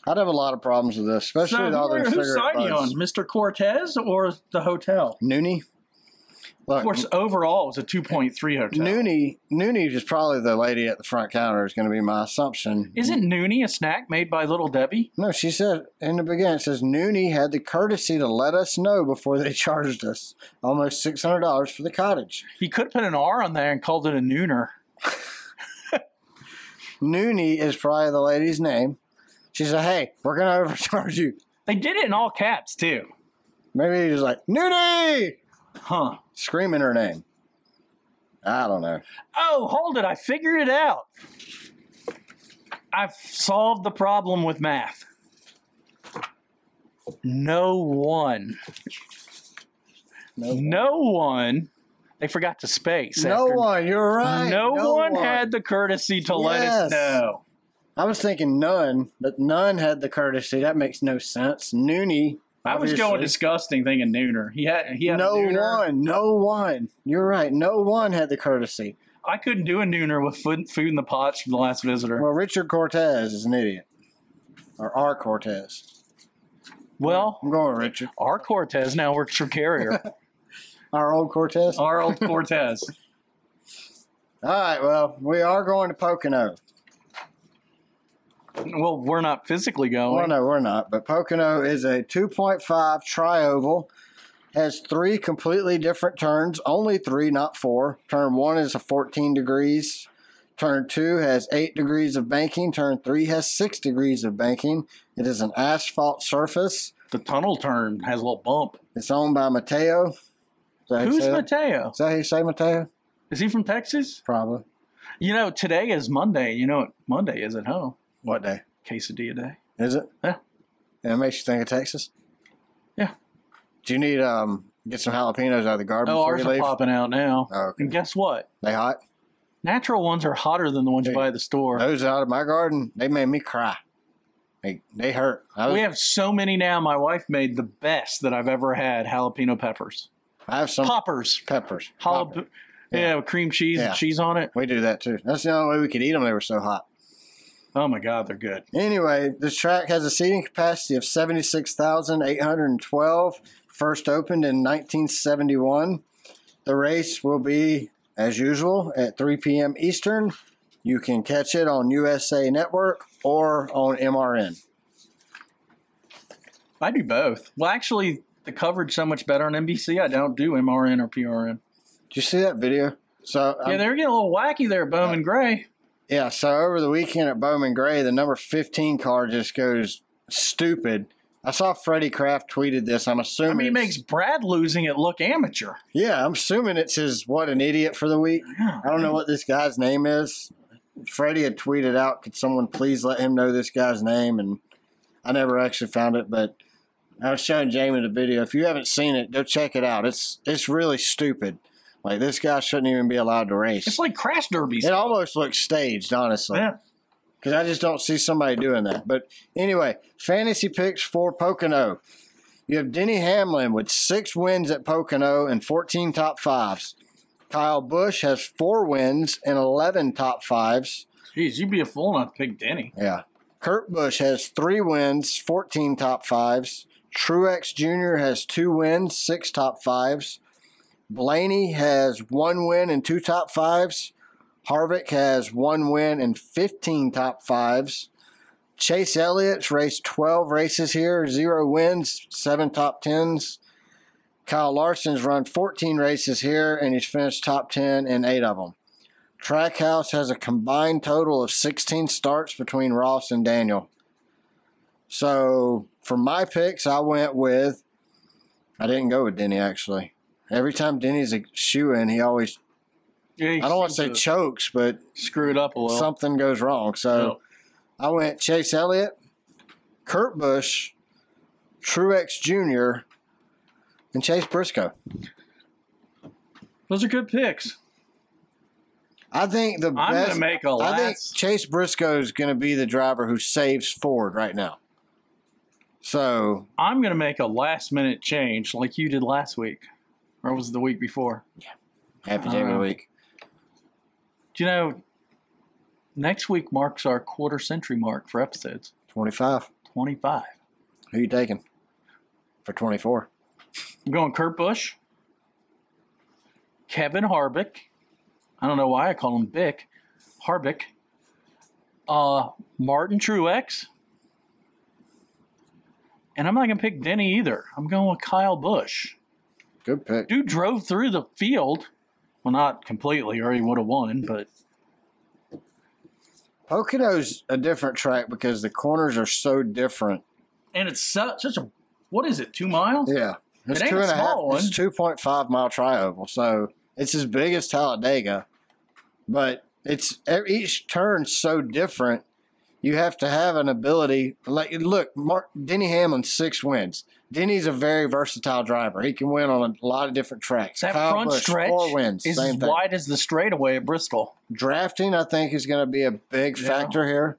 Speaker 1: I'd have a lot of problems with this, especially
Speaker 2: So
Speaker 1: with all
Speaker 2: who,
Speaker 1: their
Speaker 2: whose
Speaker 1: cigarette
Speaker 2: side you on,
Speaker 1: butts.
Speaker 2: Mr. Cortez or the hotel?
Speaker 1: Noonie.
Speaker 2: Of
Speaker 1: Look,
Speaker 2: course, overall it was a 2.3 hotel.
Speaker 1: Noonie, Noonie is probably the lady at the front counter. Is going to be my assumption.
Speaker 2: Isn't Noonie a snack made by Little Debbie?
Speaker 1: No, she said in the beginning. It says Noonie had the courtesy to let us know before they charged us almost six hundred dollars for the cottage.
Speaker 2: He could put an R on there and called it a nooner.
Speaker 1: Noonie is probably the lady's name. She said, "Hey, we're going to overcharge you."
Speaker 2: They did it in all caps too.
Speaker 1: Maybe he was like Noonie,
Speaker 2: Huh.
Speaker 1: screaming her name. I don't know.
Speaker 2: Oh, hold it. I figured it out. I've solved the problem with math. No one,
Speaker 1: No,
Speaker 2: no one, they forgot to space.
Speaker 1: no
Speaker 2: after-
Speaker 1: one. You're right.
Speaker 2: No, one, had the courtesy to let
Speaker 1: Yes.
Speaker 2: us know.
Speaker 1: I was thinking none, but none had the courtesy. That makes no sense. Noonie.
Speaker 2: I was going
Speaker 1: obviously.
Speaker 2: disgusting thinking nooner. He had he had a
Speaker 1: no
Speaker 2: nooner.
Speaker 1: one, no one. You're right. No one had the courtesy.
Speaker 2: I couldn't do a nooner with food, food in the pots from the last visitor.
Speaker 1: Well, Richard Cortez is an idiot, or R. Cortez.
Speaker 2: Well,
Speaker 1: I'm going with Richard.
Speaker 2: our Cortez now works for Carrier.
Speaker 1: Our old Cortez. All
Speaker 2: our old Cortez.
Speaker 1: right. Well, we are going to Pocono.
Speaker 2: Well, we're not physically going.
Speaker 1: Well, no, we're not. But Pocono is a 2.5 trioval. Has three completely different turns. Only three, not four. Turn one is a 14 degrees. Turn two has eight degrees of banking. Turn three has six degrees of banking. It is an asphalt surface.
Speaker 2: The tunnel turn has a little bump.
Speaker 1: It's owned by Mateo. Is that how you
Speaker 2: Who's
Speaker 1: say it?
Speaker 2: Mateo?
Speaker 1: Is that how you say Mateo?
Speaker 2: Is he from Texas?
Speaker 1: Probably.
Speaker 2: You know, today is Monday. You know what Monday is at home?
Speaker 1: What day?
Speaker 2: Quesadilla day.
Speaker 1: Is it?
Speaker 2: Yeah.
Speaker 1: And it makes you think of Texas?
Speaker 2: Yeah.
Speaker 1: Do you need um get some jalapenos out of the garden
Speaker 2: Oh,
Speaker 1: before
Speaker 2: ours
Speaker 1: you
Speaker 2: are
Speaker 1: leave?
Speaker 2: popping out now.
Speaker 1: Oh, okay.
Speaker 2: And guess what?
Speaker 1: They hot?
Speaker 2: Natural ones are hotter than the ones you
Speaker 1: Hey.
Speaker 2: buy at the store.
Speaker 1: Those out of my garden, they made me cry. They they hurt. I was,
Speaker 2: We have so many now. My wife made the best that I've ever had jalapeno peppers.
Speaker 1: I have some
Speaker 2: Poppers.
Speaker 1: peppers.
Speaker 2: Jalap-
Speaker 1: Popper.
Speaker 2: Yeah. with cream cheese
Speaker 1: Yeah.
Speaker 2: and cheese on it.
Speaker 1: We do that too. That's the only way we could eat them. They were so hot.
Speaker 2: Oh my God, they're good.
Speaker 1: Anyway, this track has a seating capacity of 76,812, first opened in 1971. The race will be, as usual, at 3 p.m. Eastern. You can catch it on USA Network or on MRN.
Speaker 2: I do both. Well, actually, the coverage so much better on NBC. I don't do MRN or PRN.
Speaker 1: Did you see that video? So
Speaker 2: yeah,
Speaker 1: um,
Speaker 2: they're getting a little wacky there, Bowman Gray.
Speaker 1: yeah, so over the weekend at Bowman Gray, the number 15 car just goes stupid. I saw Freddie Kraft tweeted this. I'm assuming
Speaker 2: I mean, it
Speaker 1: it's-
Speaker 2: makes Brad losing it look amateur.
Speaker 1: Yeah, I'm assuming it's his what an idiot for the week.
Speaker 2: Yeah.
Speaker 1: I don't know what this guy's name is. Freddie had tweeted out, could someone please let him know this guy's name? And I never actually found it, but I was showing Jamie the video. If you haven't seen it, go check it out. It's it's really stupid. Like this guy shouldn't even be allowed to race.
Speaker 2: It's like crash derbies.
Speaker 1: it almost looks staged, honestly
Speaker 2: Yeah.
Speaker 1: because I just don't see somebody doing that. But anyway, fantasy picks for Pocono. You have Denny Hamlin with six wins at Pocono and 14 top fives. Kyle Bush has four wins and 11 top fives.
Speaker 2: Jeez, you'd be a fool not to pick Denny.
Speaker 1: Yeah. Kurt Busch has three wins, 14 top fives. Truex Jr. has two wins, six top fives. Blaney has one win and two top fives. Harvick has one win and 15 top fives. Chase Elliott's raced 12 races here, zero wins, seven top tens. Kyle Larson's run 14 races here, and he's finished top 10 in eight of them. Trackhouse has a combined total of 16 starts between Ross and Daniel. So for my picks, I went with. I didn't go with Denny actually. Every time Denny's a shoe in, he always.
Speaker 2: Yeah,
Speaker 1: I don't want to say uh, chokes, but
Speaker 2: screw it up a little.
Speaker 1: something goes wrong. So I went Chase Elliott, Kurt Busch, Truex Jr., and Chase Briscoe.
Speaker 2: Those are good picks.
Speaker 1: I think the
Speaker 2: I'm
Speaker 1: best.
Speaker 2: gonna make a
Speaker 1: I think
Speaker 2: last.
Speaker 1: Chase Briscoe is going to be the driver who saves Ford right now. So
Speaker 2: I'm gonna make a last minute change like you did last week, or was it the week before?
Speaker 1: happy
Speaker 2: All
Speaker 1: day of the
Speaker 2: right.
Speaker 1: week.
Speaker 2: Do you know? Next week marks our quarter century mark for episodes.
Speaker 1: Twenty five.
Speaker 2: 25.
Speaker 1: Who you taking for 24?
Speaker 2: I'm going Kurt Busch, Kevin Harvick. I don't know why I call him Bick. Harvick. Uh, Martin Truex. And I'm not going to pick Denny either. I'm going with Kyle Busch.
Speaker 1: Good pick.
Speaker 2: Dude drove through the field. Well, not completely, or he would have won, but
Speaker 1: Pocono's a different track because the corners are so different.
Speaker 2: and it's such, such a what is it two miles
Speaker 1: Yeah. It's
Speaker 2: It ain't
Speaker 1: two
Speaker 2: a
Speaker 1: and a half.
Speaker 2: small
Speaker 1: It's two point five mile trioval, so it's as big as Talladega, but it's e- each turn's so different. You have to have an ability. Like, look, Mark, Denny Hamlin six wins. Denny's a very versatile driver. He can win on a lot of different tracks.
Speaker 2: that
Speaker 1: Kyle
Speaker 2: front
Speaker 1: Busch,
Speaker 2: stretch
Speaker 1: four wins.
Speaker 2: is
Speaker 1: Same
Speaker 2: as
Speaker 1: thing.
Speaker 2: wide as the straightaway at bristol
Speaker 1: Drafting, I think, is going to be a big
Speaker 2: Yeah.
Speaker 1: factor here.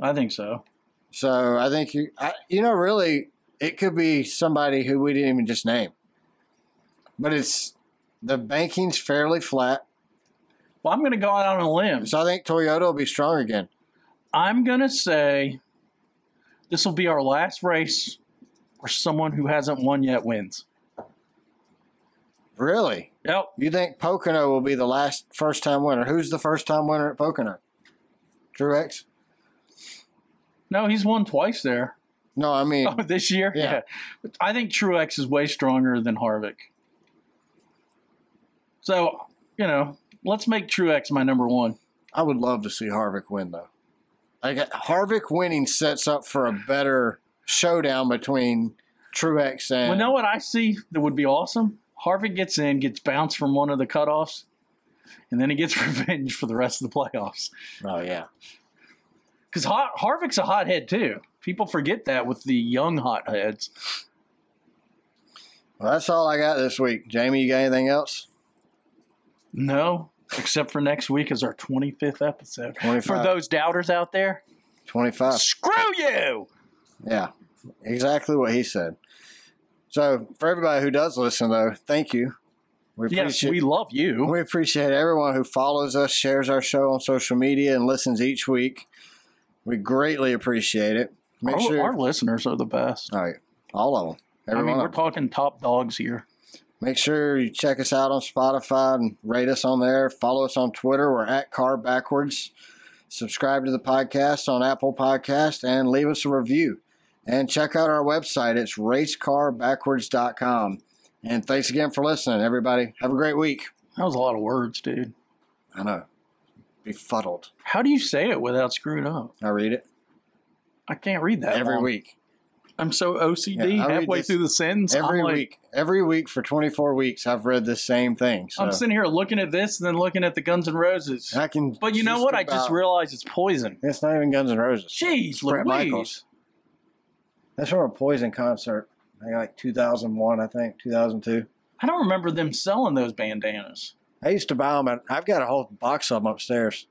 Speaker 2: i think so
Speaker 1: So I think you, I, you know, really, it could be somebody who we didn't even just name. But it's the banking's fairly flat,
Speaker 2: well i'm going to go out on a limb
Speaker 1: so I think Toyota will be strong again.
Speaker 2: i'm going to say this will be our last race where someone who hasn't won yet wins
Speaker 1: Really,
Speaker 2: yep
Speaker 1: you think Pocono will be the last first time winner? Who's the first time winner at Pocono? Truex?
Speaker 2: no he's won twice there
Speaker 1: No, I mean
Speaker 2: oh, this year
Speaker 1: Yeah.
Speaker 2: But i think truex is way stronger than harvick so you know let's make truex my number one
Speaker 1: I would love to see Harvick win though. I got Harvick winning sets up for a better showdown between Truex and
Speaker 2: Well, you know what I see that would be awesome? Harvick gets in, gets bounced from one of the cutoffs, and then he gets revenge for the rest of the playoffs.
Speaker 1: oh yeah.
Speaker 2: Because Har- Harvick's a hothead, too. People forget that with the young hotheads.
Speaker 1: Well, that's all I got this week. Jamie, you got anything else?
Speaker 2: No, except for next week is our 25th episode.
Speaker 1: 25.
Speaker 2: For those doubters out there,
Speaker 1: 25.
Speaker 2: screw you!
Speaker 1: Yeah, exactly what he said. So, for everybody who does listen, though, thank you. We
Speaker 2: Yes,
Speaker 1: appreciate,
Speaker 2: we love you.
Speaker 1: we appreciate everyone who follows us, shares our show on social media, and listens each week. We greatly appreciate it. Make
Speaker 2: our,
Speaker 1: sure.
Speaker 2: our listeners are the best.
Speaker 1: all right, all of them.
Speaker 2: I
Speaker 1: Everyone.
Speaker 2: mean, we're talking top dogs here.
Speaker 1: Make sure you check us out on Spotify and rate us on there. Follow us on Twitter. We're at Car Backwards. Subscribe to the podcast on Apple Podcast and leave us a review. And check out our website. It's racecarbackwards.com. And thanks again for listening, everybody. Have a great week.
Speaker 2: That was a lot of words, dude.
Speaker 1: I know. Befuddled.
Speaker 2: How do you say it without screwing up?
Speaker 1: I read it
Speaker 2: I can't read that
Speaker 1: every
Speaker 2: long.
Speaker 1: week.
Speaker 2: I'm so OCD
Speaker 1: Yeah, I read
Speaker 2: halfway
Speaker 1: this
Speaker 2: through the sentence.
Speaker 1: Every
Speaker 2: I'm like,
Speaker 1: week. Every week for 24 weeks, I've read the same thing. So
Speaker 2: I'm sitting here looking at this and then looking at the Guns N' Roses.
Speaker 1: I can.
Speaker 2: But you know
Speaker 1: just
Speaker 2: what? I just
Speaker 1: about-
Speaker 2: realized it's poison.
Speaker 1: It's not even Guns N' Roses.
Speaker 2: Jeez,
Speaker 1: Brett
Speaker 2: Louise.
Speaker 1: Michaels. That's from a Poison concert, I think like 2001, I think 2002.
Speaker 2: I don't remember them selling those bandanas.
Speaker 1: I used to buy them. At, I've got a whole box of them upstairs.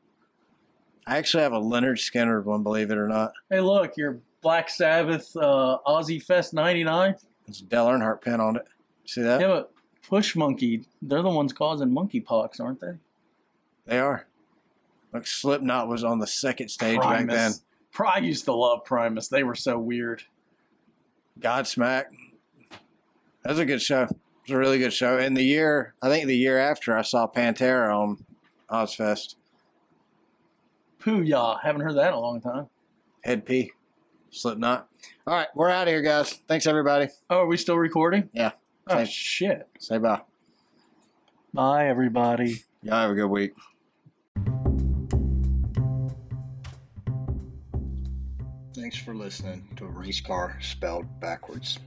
Speaker 1: I actually have a Leonard Skinner one, believe it or not.
Speaker 2: Hey, look, your Black Sabbath uh, Ozzy Fest 99.
Speaker 1: It's a Dale Earnhardt pin on it. See that?
Speaker 2: Yeah, but Push Monkey, they're the ones causing monkeypox, aren't they?
Speaker 1: They are. Like Slipknot was on the second stage back then.
Speaker 2: Primus. Pri- I used to love Primus. They were so weird.
Speaker 1: Godsmack. That was a good show. It was a really good show. And the year, I think the year after, I saw Pantera on Ozfest.
Speaker 2: Pooyah. Haven't heard that in a long time.
Speaker 1: Head P. Slipknot. All right, we're out of here, guys. Thanks, everybody.
Speaker 2: Oh, are we still recording?
Speaker 1: Yeah.
Speaker 2: Oh,
Speaker 1: Same.
Speaker 2: shit.
Speaker 1: Say bye.
Speaker 2: Bye, everybody.
Speaker 1: Y'all have a good week. Thanks for listening to Race Car Spelled Backwards.